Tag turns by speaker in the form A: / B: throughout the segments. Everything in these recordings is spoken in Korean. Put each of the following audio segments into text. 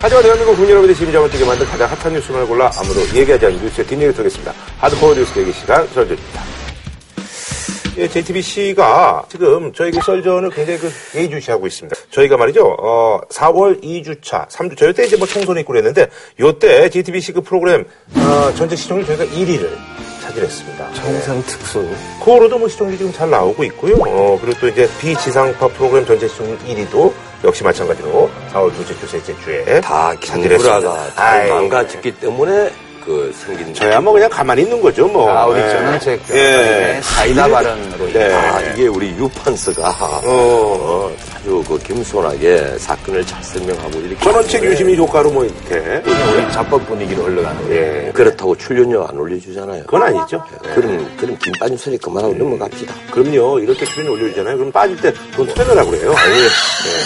A: 하지만 대한민국 국민 여러분들이 지금 잡을 뜨게 만든 가장 핫한 뉴스만을 골라 아무도 얘기하지 않는 뉴스의 뒷얘기를 드리겠습니다. 하드코어 뉴스 대기 시간 설전입니다. 예, JTBC가 지금 저희가 썰전을 굉장히 그 예의주시하고 있습니다. 저희가 말이죠, 어, 4월 2주차, 3주차, 요때 이제 뭐 총선이 있고 그랬는데, 요때 JTBC 그 프로그램, 어, 전체 시청률 저희가 1위를 차지했습니다.
B: 항상 특수.
A: 코어로도 뭐 시청률이 지금 잘 나오고 있고요. 어, 그리고 또 이제 비지상파 프로그램 전체 시청률 1위도 역시 마찬가지로 4월 둘째 주, 셋째 주에
B: 다
A: 차지했습니다.
B: 기술화가 다
A: 아, 아이,
B: 망가졌기 때문에 그 생긴.
A: 저야 뭐 그냥 가만히 있는 거죠, 뭐.
C: 아, 우리
A: 예.
C: 전원책
A: 예.
C: 예. 사이다 발언으로
A: 네.
B: 아, 이게 우리 유판스가 어, 아주 그 겸손하게 사건을 잘 설명하고 이렇게.
A: 전원책
B: 하는데
A: 유심히 효과로 뭐 이렇게.
C: 네. 우리 자법 분위기로 흘러가는 거예요.
A: 예.
B: 그렇다고 출연료 안 올려주잖아요.
A: 그건 아니죠.
B: 예, 그럼, 그럼 김빠진 소리 그만하고 넘어갑시다.
A: 그럼요. 이렇게 수준 올려주잖아요. 그럼 빠질 때 돈 토내달라고 그래요. 아니, 예.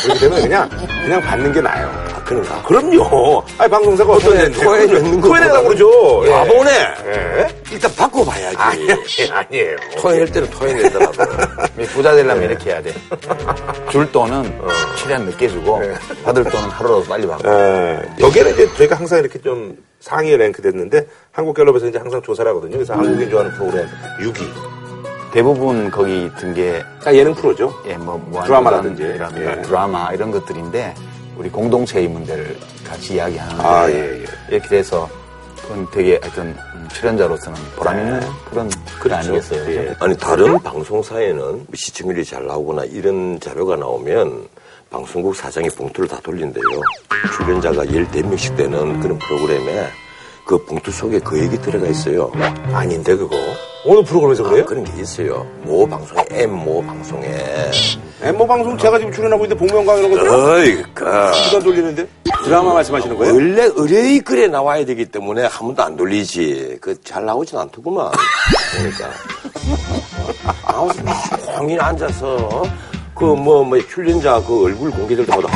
A: 그렇기 때문에 그냥, 그냥 받는 게 나아요.
B: 아, 그런가?
A: 그럼요. 아니, 방송사가 어떤
B: 토해, 토해 넣는 거.
A: 토해내려고 그러죠. 예.
B: 바보네!
A: 예.
B: 일단 바꿔봐야지.
A: 아니, 아니에요.
B: 토해낼 때는 토해내더라고.
C: 우리 부자 되려면 이렇게 해야 돼.
A: 예.
C: 줄 돈은 최대한 늦게 주고 받을 돈은 하루라도 빨리 받고.
A: 어. 예. 여기에는 이제 저희가 항상 이렇게 좀 상위에 랭크됐는데 한국갤럽에서 이제 항상 조사를 하거든요. 그래서 한국인 좋아하는 프로그램 6위.
C: 대부분 거기 든게
A: 아, 예능 프로죠.
C: 예, 뭐, 뭐
A: 드라마라든지.
C: 이런
A: 예.
C: 드라마 이런 것들인데 우리 공동체의 문제를 같이 이야기하는
A: 아,
C: 거예요.
A: 예, 예.
C: 이렇게 돼서 그건 되게 하여튼 음, 출연자로서는 보람 있는 그런 글 아니겠어요.
A: 예.
B: 아니 다른 방송사에는 시청률이 잘 나오거나 이런 자료가 나오면 방송국 사장이 봉투를 다 돌린대요. 출연자가 14명씩 되는 그런 프로그램에 그 봉투 속에 그 얘기 들어가 있어요. 아닌데 그거.
A: 오늘 프로그램에서 그래요?
B: 아, 그런 게 있어요. 모 방송에 M 모 방송에.
A: 엠모 방송 제가 지금 출연하고 있는데 복면가이라고
B: 그러니까
A: 시간 돌리는데 드라마 말씀하시는 거예요?
B: 원래 의뢰의 글에 나와야 되기 때문에 한 번도 안 돌리지. 그 잘 나오진 않더구만. 그러니까. 나오서 막 공인 앉아서 그 뭐 뭐 출연자 그 얼굴 공개될 때마다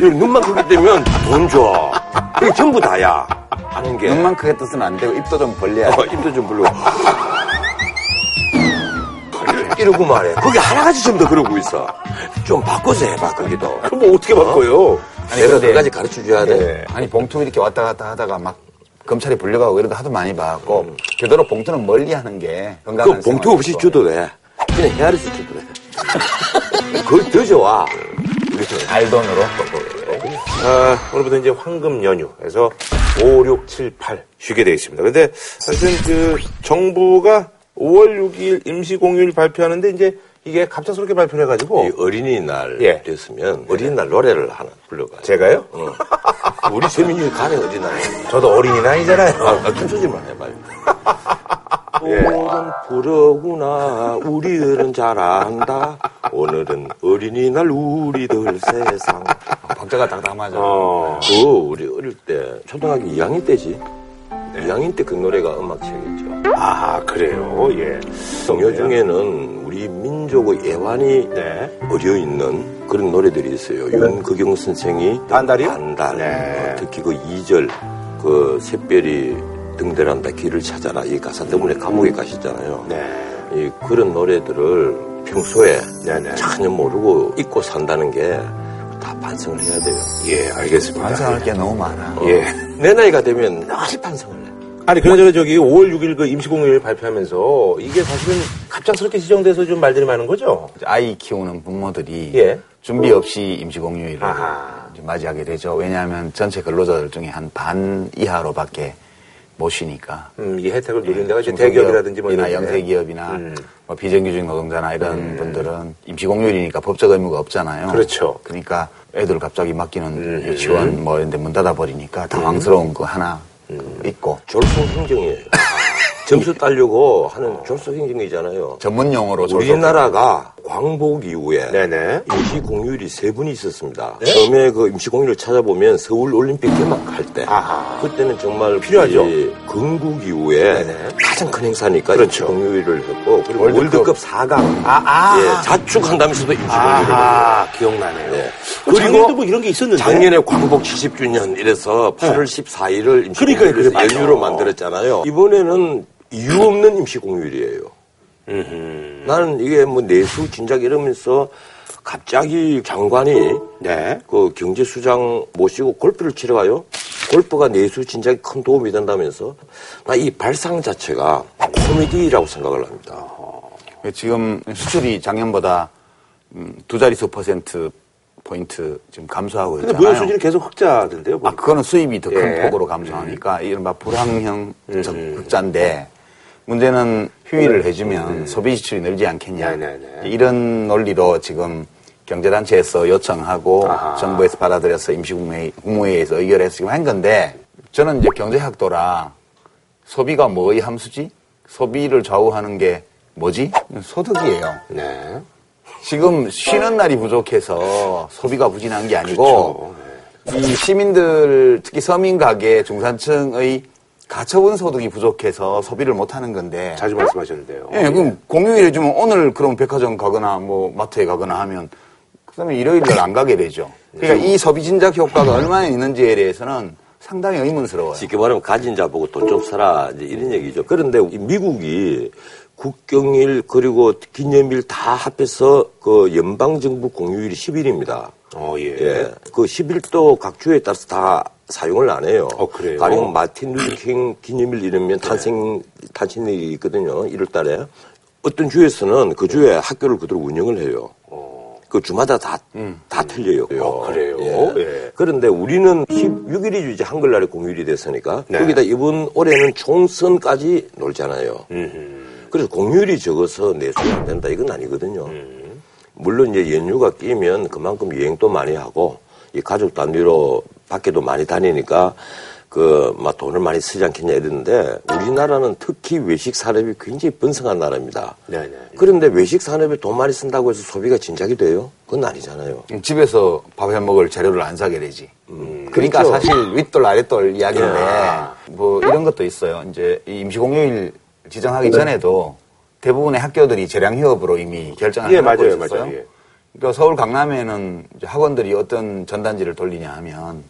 B: 이 눈만 크게 뜨면 돈 줘. 이게 전부 다야. 하는 게.
C: 눈만 크게 뜨면 안 되고 입도 좀 벌려야 돼.
B: 어, 입도 좀 불러. 이러고 말해. 그게 하나같이 좀 더 그러고 있어. 좀 바꿔서 해봐, 거기도.
A: 그럼 뭐 어떻게 바꿔요?
C: 아니,
B: 내가
C: 근데- 예.
B: 그까지 가르쳐 줘야 돼.
A: 네.
C: 아니 봉투 이렇게 왔다 갔다 하다가 막 검찰에 불려가고 이러다 하도 많이 봐갖고 되도록 봉투는 멀리하는 게
B: 음. 그
C: 건강한
B: 봉투 없이
C: 생활이고.
B: 줘도 돼. 그냥 헤아려서 줘도 돼. 그걸 더 좋아. 그렇죠.
C: 알돈으로
A: 아, 오늘부터 이제 황금 연휴에서 5, 6, 7, 8 쉬게 되어 있습니다. 근데 사실은 그 정부가 5월 6일 임시공휴일 발표하는데 이제 이게 갑작스럽게 발표를
B: 이
A: 해가지고
B: 어린이날
A: 예.
B: 됐으면 어린이날 노래를 하나 불러가요.
A: 제가요?
B: 우리 세민이 가네 어린이날.
A: 저도 어린이날이잖아요.
B: 아, 아, 큰 소리만 해봐요. 예. 오늘은 부러구나 우리들은 잘한다 오늘은 어린이날 우리들 세상
C: 박자가 딱딱맞아.
A: 어.
B: 그 우리 어릴 때 초등학교 2학년 때지 2학년 때 그 노래가 음악책이죠
A: 아, 그래요? 예.
B: 동요 중에는 우리 민족의 애환이
A: 네.
B: 어려 있는 그런 노래들이 있어요. 윤극영 선생이
A: 반달이요?
B: 반달.
A: 네.
B: 어, 특히 그 2절 그 샛별이 등대란다 길을 찾아라 이 가사 때문에 감옥에 가셨잖아요.
A: 네.
B: 이 그런 노래들을 평소에
A: 네, 네.
B: 전혀 모르고 잊고 산다는 게 다 반성을 해야 돼요.
A: 예, 알겠습니다.
C: 반성할 게 너무 많아.
B: 어.
A: 예.
B: 내 나이가 되면 늘 반성을 해.
A: 아니, 그나저나 저기 5월 6일 그 임시공휴일 발표하면서 이게 사실은 갑작스럽게 지정돼서 좀 말들이 많은 거죠?
C: 아이 키우는 부모들이
A: 예.
C: 준비 없이 임시공휴일을
A: 아하.
C: 이제 맞이하게 되죠. 왜냐하면 전체 근로자들 중에 한 반 이하로밖에 못 쉬니까.
A: 음, 이 혜택을 누리는 데가 이제
C: 네, 중소기업
A: 대기업이라든지 뭐 이런
C: 이나
A: 데.
C: 영세기업이나
A: 음.
C: 뭐 비정규직 노동자나 이런 분들은 임시공휴일이니까 법적 의무가 없잖아요.
A: 그렇죠. 음.
C: 그러니까 애들 갑자기 맡기는 유치원 뭐 이런 데 문 닫아 버리니까 당황스러운 거 하나
A: 음.
C: 있고
B: 졸속 행정이에요. 점수 따려고 하는 졸속 행정이잖아요.
C: 전문 용어로
B: 우리나라가 광복 이후에
A: 네네. 네?
B: 임시 공휴일이 세 분이 있었습니다. 처음에 그 임시 공휴일을 찾아보면 서울 올림픽 개막할 때
A: 아하.
B: 그때는 정말
A: 필요하죠.
B: 이 건국 이후에
A: 네네.
B: 가장 큰 행사니까
A: 그렇죠.
B: 임시 공휴일을 했고 그리고
C: 월드컵.
B: 월드컵, 사 4강
A: 아, 아.
B: 예, 자축한다면서도 임시 공휴일을
A: 아하, 기억나네요.
B: 예.
A: 그리고 작년도
B: 그리고
A: 뭐 이런 게 있었는데. 네.
B: 작년에 광복 70주년 이래서 8월 14일을
A: 그러니까요, 그래,
B: 임시공휴일에서
A: 맞아.
B: 연휴로 만들었잖아요. 이번에는 이유 없는 임시공휴일이에요. 나는 이게 뭐 내수 진작 이러면서 갑자기 장관이
A: 네.
B: 그 경제수장 모시고 골프를 치러 가요. 골프가 내수 진작에 큰 도움이 된다면서 나 이 발상 자체가 코미디라고 생각을 합니다.
C: 예, 지금 수출이 작년보다 음, 두 자릿수 퍼센트 포인트 지금 감소하고
A: 근데
C: 있잖아요.
A: 무역 수지는 계속 흑자던데요.
C: 아,
A: 보니까.
C: 그거는 수입이 더 큰
A: 예. 음,
C: 폭으로 감소하니까 이른바 불황형 적- 흑자인데 문제는 휴일을 해주면 소비 지출이 늘지 않겠냐.
A: 음, 네, 네, 네.
C: 이런 논리로 지금 경제단체에서 요청하고
A: 아하.
C: 정부에서 받아들여서 임시국무회의, 국무회의에서 의결해서 지금 한 건데 저는 이제 경제학도라 소비가 뭐의 함수지? 소비를 좌우하는 게 뭐지? 소득이에요.
A: 네.
C: 지금 쉬는 날이 부족해서 소비가 부진한 게
A: 그렇죠.
C: 아니고 이 시민들 특히 서민 가계 중산층의 가처분 소득이 부족해서 소비를 못 하는 건데
A: 자주 말씀하셨는데요.
C: 예, 그럼 공휴일 해주면 오늘 그럼 백화점 가거나 뭐 마트에 가거나 하면 그다음에 일요일 날 안 가게 되죠.
A: 예.
C: 그러니까 이 소비 진작 효과가 얼마나 있는지에 대해서는 상당히 의문스러워요.
B: 쉽게 말하면 가진 자 보고 돈 좀 써라 이제 이런 얘기죠. 그런데 이 미국이 국경일 그리고 기념일 다 합해서 그 연방 정부 공휴일이 10일입니다.
A: 어, 예.
B: 예. 그 10일도 각 주에 따라서 다 사용을 안 해요.
A: 어, 그래요? 네.
B: 가령 마틴 루킹 기념일 이러면 탄생, 탄생일이 있거든요. 1월 달에. 어떤 주에서는 그
A: 네.
B: 주에 학교를 그대로 운영을 해요. 그 주마다 다, 다 틀려요.
A: 음, 어, 그래요? 예.
B: 그런데 우리는 16일이 이제 한글날의 공휴일이 됐으니까
A: 네.
B: 거기다 이번 올해는 총선까지 놀잖아요. 그래서 공휴일이 적어서 내수가 안 된다 이건 아니거든요.
A: 음.
B: 물론 이제 연휴가 끼면 그만큼 여행도 많이 하고 이 가족 단위로 밖에도 많이 다니니까 그 막 돈을 많이 쓰지 않겠냐 이랬는데 우리나라는 특히 외식 산업이 굉장히 번성한 나라입니다.
A: 네, 네.
B: 그런데 외식 산업에 돈 많이 쓴다고 해서 소비가 진작이 돼요? 그건 아니잖아요.
C: 음, 집에서 밥 해 먹을 재료를 안 사게 되지.
A: 음,
C: 그러니까
B: 그렇죠.
C: 사실 윗돌 아랫돌 이야기인데
A: 야.
C: 뭐 이런 것도 있어요. 이제 이 임시공휴일
A: 네.
C: 지정하기 전에도 대부분의 학교들이 재량 휴업으로 이미 결정을
A: 예,
C: 해놓고
A: 맞아요,
C: 있었어요.
A: 맞아요, 예.
C: 그러니까 서울 강남에는 이제 학원들이 어떤 전단지를 돌리냐 하면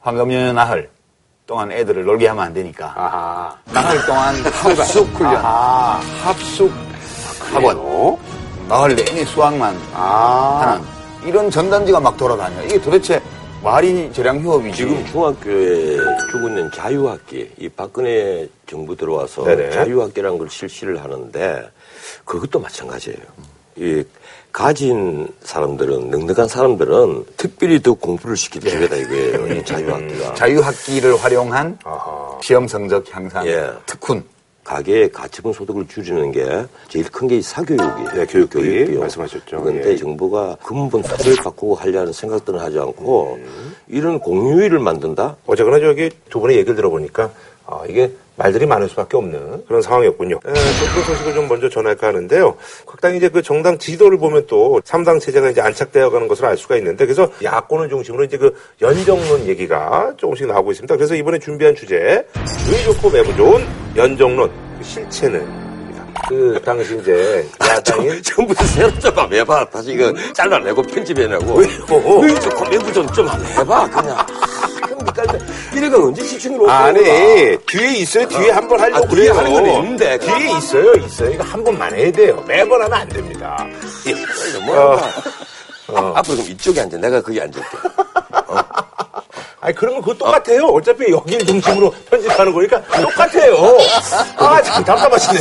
C: 황금연휴 나흘 동안 애들을 놀게 하면 안 되니까
A: 아하.
C: 나흘 동안 합숙 훈련 합숙 학원
A: 어?
C: 나흘 내내 수학만
A: 아.
C: 하는 이런 전단지가 막 돌아다녀. 이게 도대체 말이 재량 휴업이지.
B: 지금 중학교에 주고 있는 자유학기, 이 박근혜 정부 들어와서
A: 네네.
B: 자유학기라는 걸 실시를 하는데 그것도 마찬가지예요. 이 가진 사람들은 넉넉한 사람들은 특별히 더 공부를 시킬 기회다 이거예요. 이 자유학기가
C: 자유학기를 활용한
A: 아하.
C: 시험 성적 향상
B: 예.
C: 특훈.
B: 가계의 가처분 소득을 줄이는 게 제일 큰 게 이 사교육이에요.
A: 네, 교육비
B: 교육비요.
A: 말씀하셨죠.
B: 그런데
A: 예.
B: 정부가 근본 틀을 바꾸고 하려는 생각들은 하지 않고
A: 음.
B: 이런 공휴일을 만든다?
A: 어쨌거나 저기 두 분의 얘기를 들어보니까 아, 이게 말들이 많을 수밖에 없는 그런 상황이었군요. 에, 그 소식을 좀 먼저 전할까 하는데요. 각당 이제 그 정당 지도를 보면 또 3당 체제가 이제 안착되어가는 것을 알 수가 있는데 그래서 야권을 중심으로 이제 그 연정론 얘기가 조금씩 나오고 있습니다. 그래서 이번에 준비한 주제 의 좋고 매부 좋은 연정론 그 실체는 그 당시 이제 야당인
B: 전부 다 새로 좀 한번 해봐. 다시 이거 잘라내고 편집해내고.
A: 왜요?
B: 왜 좋고 내부 어, 좀, 좀 한번 해봐. 그냥. 그러니까 이제 이래가 언제 시청으로
A: 아니 뒤에 있어요 뒤에 한 번 하려고
B: 아, 뒤에
A: 그래요.
B: 하는 건 있는데.
A: 뒤에 있어요 있어요 이거 한 번만 해야 돼요 매번 하면 안 됩니다 어.
B: 뭐, 앞으로 그럼 이쪽에 앉아. 내가 거기 앉을게.
A: 아니 그런 건 그거 똑같아요 어차피 여기를 중심으로 편집하는 거니까 똑같아요 아참 답답하시네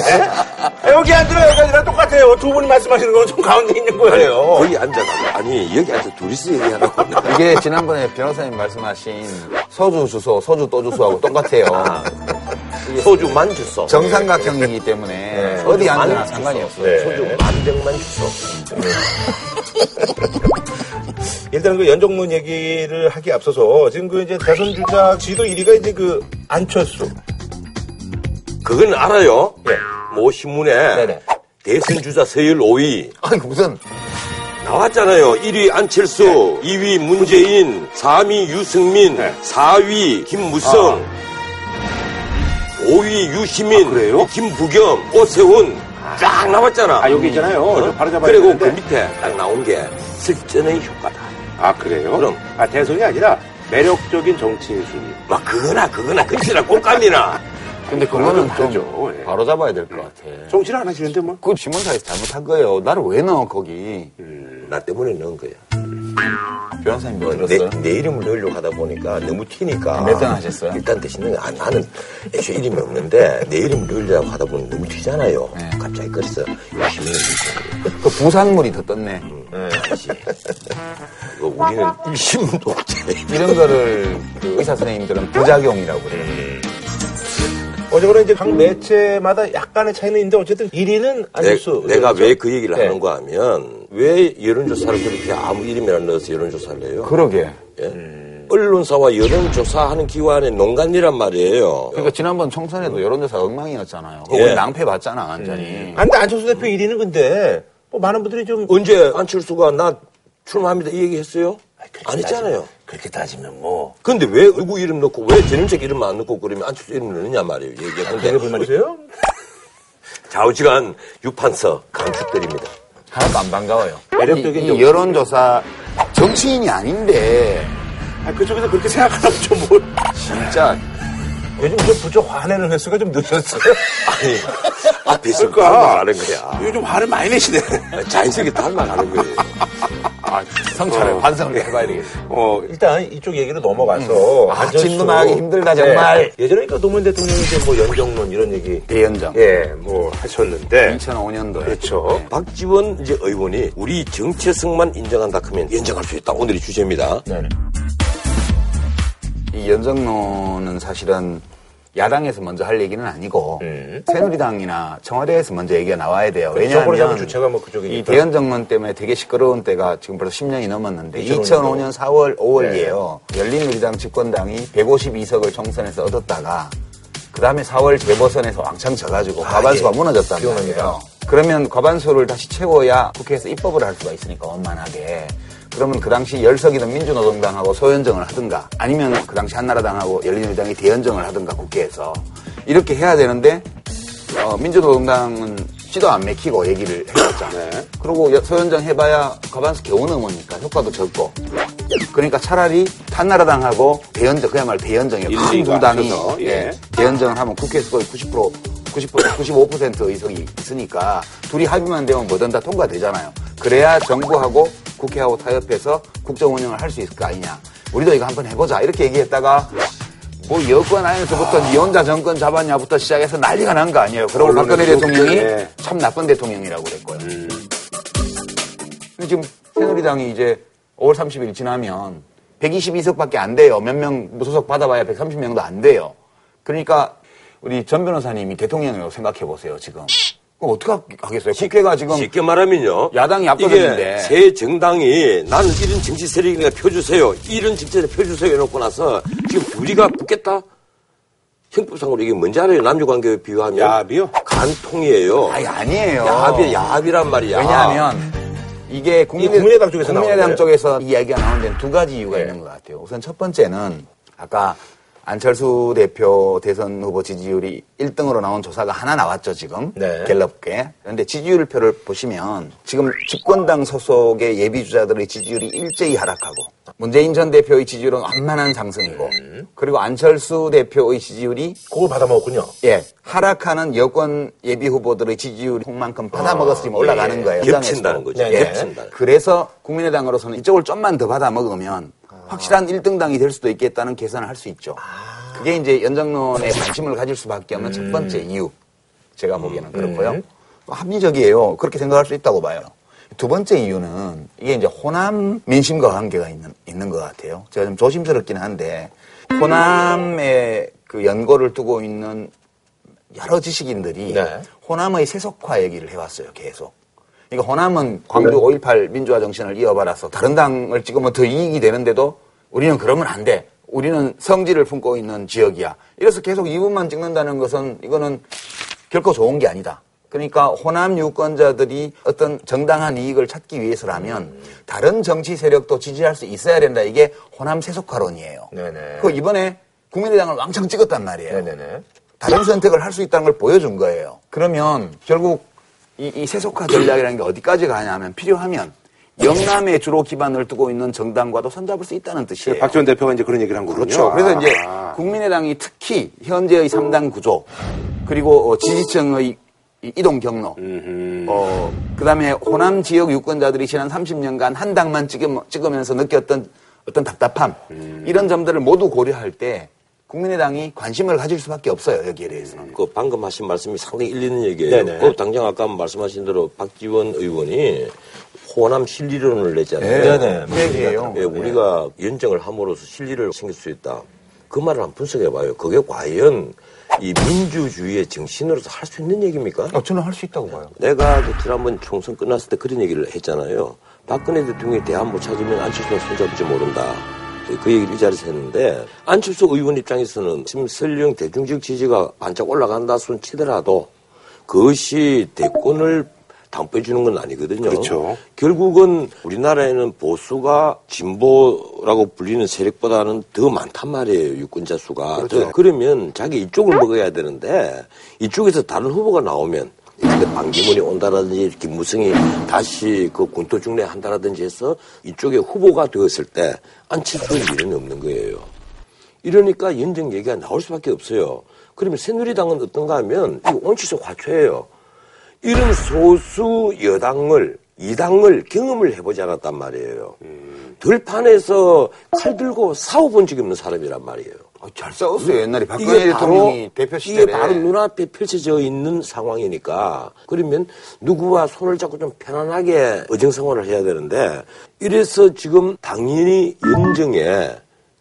A: 아, 여기 안 들어요 여기 아니라 똑같아요 두 분이 말씀하시는 건 좀 가운데 있는 거예요
B: 거기 앉아. 아니, 여기 앉아 둘이서 얘기하라고.
A: 어,
C: 이게 지난번에 변호사님 말씀하신 소주 주소, 소주 또 주소하고 똑같아요.
B: 소주만 주소.
C: 정상각형이기 때문에
A: 예.
C: 어디 앉으나
B: 주소.
C: 네. 상관이 없어요.
A: 네.
B: 소주 만병만 주소.
A: 일단 그 연정문 얘기를 하기 앞서서 지금 그 이제 대선 주자 지도 1위가 이제 그 안철수
B: 그건 알아요.
A: 예.
B: 모 신문에
A: 네네.
B: 대선 주자 서열 5위
C: 아니, 무슨.
B: 나왔잖아요. 1위 안철수, 2위 문재인, 3위 유승민,
A: 네.
B: 4위 김무성,
A: 아.
B: 5위 유시민, 김부겸, 오세훈 쫙 나왔잖아. 음.
A: 아, 여기 있잖아요. 저 바로 잡아야
B: 그리고
A: 되는데.
B: 그 밑에 딱 나온 게 실전의 효과다.
A: 아 그래요?
B: 그럼.
A: 아 대선이 아니라 매력적인 정치인 순위
B: 막 그거나 그거나 글씨나 꼴감이나
C: 근데
A: 그거는
C: 그거는
A: 다르죠. 예.
C: 좀 바로 잡아야 될 것 같아.
A: 정치를 안 하시는데 뭐 음.
C: 그건 신문사에서 잘못한 거예요. 나를 왜 넣어, 거기.
B: 나 때문에 넣은 거야.
C: 변호사님 뭐
B: 뭐 내,
C: 들었어요?
B: 내 이름을 넣으려고 하다 보니까 너무 튀니까.
C: 몇단 하셨어요?
B: 일단 대신에 아, 나는 애초에 이름이 없는데 내 이름을 넣으려고 하다 보니 너무 튀잖아요.
C: 네.
B: 갑자기 그래서 김혜영 넣고 그래.
C: 그 부산물이 더 떴네.
B: 아니지. 이거 우리는 일신문 독자예요.
C: 이런 거를 그 의사 선생님들은 부작용이라고 그래요.
A: 어쨌거나 이제 각 매체마다 약간의 차이는 있는데 어쨌든 1위는
B: 내,
A: 안철수.
B: 내가
A: 의원이죠.
B: 왜 그 얘기를
A: 네.
B: 하는가 하면 왜 여론조사를 그렇게 아무 이름이나 넣어서 여론조사를 해요?
A: 음.
C: 그러게.
B: 예? 언론사와 여론조사하는 기관의 농간이란 말이에요.
C: 그러니까 지난번
A: 음.
C: 총선에도 여론조사 엉망이었잖아요.
B: 예.
C: 우리 낭패 봤잖아, 완전히.
A: 아, 근데 안철수 대표 1위는 근데 뭐 많은 분들이
B: 어,
A: 좀
B: 언제 안철수가 나 출마합니다 이 얘기 했어요?
A: 그렇게
B: 안 했잖아요.
A: 따지면- 그렇게 따지면 뭐
B: 근데 왜 얼굴 이름 넣고 왜 전임책 이름만 안 넣고 그러면 안철수 이름 넣느냐 말이에요. 얘기가.
A: 되게 불만이세요?
B: 좌우지간 유판서 감축드립니다.
C: 하나도 안 반가워요.
A: 매력적인
C: 이, 이 여론조사 정치인이 아닌데
A: 아, 그쪽에서 그렇게 생각하다 보죠 뭘.
C: 진짜
A: 요즘 저 부쩍 화내는 횟수가 좀 늦었어요.
B: 아니 앞에 있으면
A: 그러니까.
B: 닮아가는 거야.
A: 요즘 화를 많이 내시네.
B: 자연스럽게 닮아가는 거예요. 어.
C: 아, 성찰을 반성을 해봐야 되겠어.
A: 어, 일단 이쪽 얘기로 넘어가서.
C: 아,
A: 안철수.
C: 진동하기 힘들다, 정말.
A: 예전에 그 노무현 대통령이 이제 뭐 연정론 이런 얘기.
C: 대연정.
A: 예, 뭐 하셨는데.
C: 2005년도에.
A: 그렇죠.
B: 박지원 이제 의원이 우리 정체성만 인정한다 하면 연장할 수 있다. 오늘의 주제입니다.
A: 네네.
C: 이 연정론은 사실은 야당에서 먼저 할 얘기는 아니고
A: 음.
C: 새누리당이나 청와대에서 먼저 얘기가 나와야 돼요.
A: 그렇죠. 정권을 잡은
C: 왜냐하면
A: 주체가 뭐 그쪽이니까.
C: 이 대연정론 때문에 되게 시끄러운 때가 지금 벌써 10년이 넘었는데
A: 2005 년
C: 2005년 4월, 5월이에요.
A: 네.
C: 열린우리당 집권당이 152석을 총선에서 얻었다가 그 다음에 4월 재보선에서 왕창 져가지고 과반수가
A: 예.
C: 무너졌단
A: 기억납니다.
C: 말이에요. 그러면 과반수를 다시 채워야 국회에서 입법을 할 수가 있으니까 원만하게. 그러면 그 당시 열석이던 민주노동당하고 소연정을 하든가 아니면 그 당시 한나라당하고 열린우리당이 대연정을 하든가 국회에서 이렇게 해야 되는데 어, 민주노동당은 시도 안 맥히고 얘기를 해봤잖아요.
A: 네.
C: 그리고 여- 소연정 해봐야 과반수 겨우 넘으니까 효과도 적고 그러니까 차라리 한나라당하고 대연정 그야말로 대연정이에요. 큰
A: 일리가
C: 두 당이
A: 있어서, 예.
C: 예, 대연정을 하면 국회에서 거의 90% 90% 95% 의석이 있으니까 둘이 합의만 되면 뭐든 다 통과되잖아요. 그래야 정부하고 국회하고 타협해서 국정 운영을 할 수 있을 거 아니냐. 우리도 이거 한번 해보자 이렇게 얘기했다가 뭐 여권 안에서부터 니 혼자 정권 잡았냐부터 시작해서 난리가 난 거 아니에요. 그리고
A: 언론에도
C: 박근혜 대통령이
A: 네.
C: 참 나쁜 대통령이라고 그랬고요. 근데 지금 새누리당이 이제 5월 30일 지나면 122석밖에 안 돼요. 몇 명 무소속 받아봐야 130명도 안 돼요. 그러니까 우리 전 변호사님이 대통령이라고 생각해 보세요. 지금 그럼 어떻게 하겠어요? 국회가 지금
B: 쉽게 말하면요.
C: 야당이 압도적인데.
B: 이게 새 정당이 나는 이런 정치 세력이니까 펴주세요. 이런 정치 세력 펴주세요. 해놓고 나서 지금 둘이가 붙겠다? 형법상으로 이게 뭔지 알아요? 남녀관계 비유하면.
A: 야합이요?
B: 간통이에요.
C: 아니 아니에요.
B: 야합이 야합이란 말이야.
C: 왜냐하면 이게 국민,
A: 아. 이게 국민의당 쪽에서 나온
C: 국민의당
A: 거예요? 예.
C: 쪽에서 이 이야기가 나온 데는 두 가지 이유가 있는 것 같아요. 우선 첫 번째는 아까 안철수 대표 대선 후보 지지율이 1등으로 나온 조사가 하나 나왔죠 지금
A: 네.
C: 갤럽계. 그런데 지지율 표를 보시면 지금 집권당 소속의 예비 주자들의 지지율이 일제히 하락하고 문재인 전 대표의 지지율은 완만한 상승이고
A: 음.
C: 그리고 안철수 대표의 지지율이
A: 그걸 받아먹었군요.
C: 예, 하락하는 여권 예비 후보들의 지지율 폭만큼 받아먹었으면 올라가는 거예요.
B: 겹친다는 거죠.
A: 네, 네.
B: 겹친다는.
C: 그래서 국민의당으로서는 이쪽을 좀만 더 받아먹으면 확실한 1등당이 될 수도 있겠다는 계산을 할 수 있죠.
B: 아.
C: 그게 이제 연장론에 관심을 가질 수밖에 없는 첫 번째
B: 음.
C: 이유. 제가 보기에는 그렇고요. 뭐 합리적이에요. 그렇게 생각할 수 있다고 봐요. 두 번째 이유는 이게 이제 호남 민심과 관계가 있는, 있는 것 같아요. 제가 좀 조심스럽긴 한데 호남에 그 연고를 두고 있는 여러 지식인들이
A: 네.
C: 호남의 세속화 얘기를 해왔어요, 계속. 그러니까 호남은 광주 5.18 민주화 정신을 이어받아서 다른 당을 찍으면 더 이익이 되는데도 우리는 그러면 안 돼. 우리는 성질을 품고 있는 지역이야. 이래서 계속 이분만 찍는다는 것은 이거는 결코 좋은 게 아니다. 그러니까 호남 유권자들이 어떤 정당한 이익을 찾기 위해서라면 다른 정치 세력도 지지할 수 있어야 된다. 이게 호남 세속화론이에요.
A: 네네.
C: 그 이번에 국민의당을 왕창 찍었단 말이에요.
A: 네네네.
C: 다른 선택을 할 수 있다는 걸 보여준 거예요. 그러면 결국 이, 이 세속화 전략이라는 게 어디까지 가냐면 필요하면 영남에 주로 기반을 두고 있는 정당과도 손잡을 수 있다는 뜻이에요.
A: 박 전 대표가 이제 예. 그런 얘기를 한 거군요.
C: 그렇죠. 그래서 이제
A: 아.
C: 국민의당이 특히 현재의 3당 구조 그리고 어, 지지층의 이- 이동 경로. 어, 그다음에 호남 지역 유권자들이 지난 30년간 한 당만 찍음- 찍으면서 느꼈던 어떤 답답함 이런 점들을 모두 고려할 때 국민의당이 관심을 가질 수밖에 없어요 여기에 대해서는.
B: 그 방금 하신 말씀이 상당히 일리는
A: 예. 네네.
B: 얘기예요. 그 당장 아까 말씀하신 대로 박지원 의원이 호남 실리론을 냈잖아요.
A: 예. 네네.
C: 그 얘기예요.
B: 예, 우리가 연정을 함으로써 실리를 챙길 수 있다. 그 말을 한번 분석해 봐요. 그게 과연 이 민주주의의 정신으로서 할 수 있는 얘기입니까?
A: 어, 저는 할 수 있다고 봐요.
B: 내가 그 지난번 총선 끝났을 때 그런 얘기를 했잖아요. 박근혜 대통령이 대안 못 찾으면 안철수가 손잡을지 모른다. 그 얘기를 이 자리에서 했는데 안철수 의원 입장에서는 지금 설령 대중적 지지가 반짝 올라간다 손 치더라도 그것이 대권을 담보해 주는 건 아니거든요.
A: 그렇죠.
B: 결국은 우리나라에는 보수가 진보라고 불리는 세력보다는 더 많단 말이에요. 유권자 수가. 더- 그러면 자기 이쪽을 먹어야 되는데 이쪽에서 다른 후보가 나오면 근데 반기문이 온다라든지 김무성이 다시 그 군토 중례 한다라든지 해서 이쪽에 후보가 되었을 때 안철수의 미래는 없는 거예요. 이러니까 연정 얘기가 나올 수밖에 없어요. 그러면 새누리당은 어떤가 하면 이 온치수 화초예요. 이런 소수 여당을 이당을 경험을 해보지 않았단 말이에요. 들판에서 칼 들고 싸워본 적이 없는 사람이란 말이에요.
C: 잘
A: 음.
C: 싸웠어요 옛날에 박근혜 대통령이 대표 시절에.
B: 이게 바로 눈앞에 펼쳐져 있는 상황이니까 그러면 누구와 손을 잡고 좀 편안하게 어정생활을 해야 되는데 이래서 지금 당연히 연정에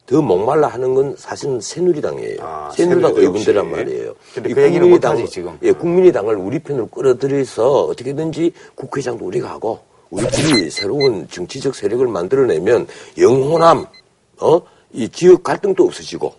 B: 더 목말라 하는 건 사실은 새누리당이에요.
A: 아,
B: 새누리당
A: 새누리당
B: 의원들란
A: 역시.
B: 말이에요.
C: 근데
B: 이
C: 그 얘기는
B: 국민의당-
C: 못하지, 지금.
B: 예, 국민의당을 우리 편으로 끌어들여서 어떻게든지 국회의장도 우리가 하고 우리끼리 새로운 정치적 세력을 만들어내면 영호남 어? 이 지역 갈등도 없어지고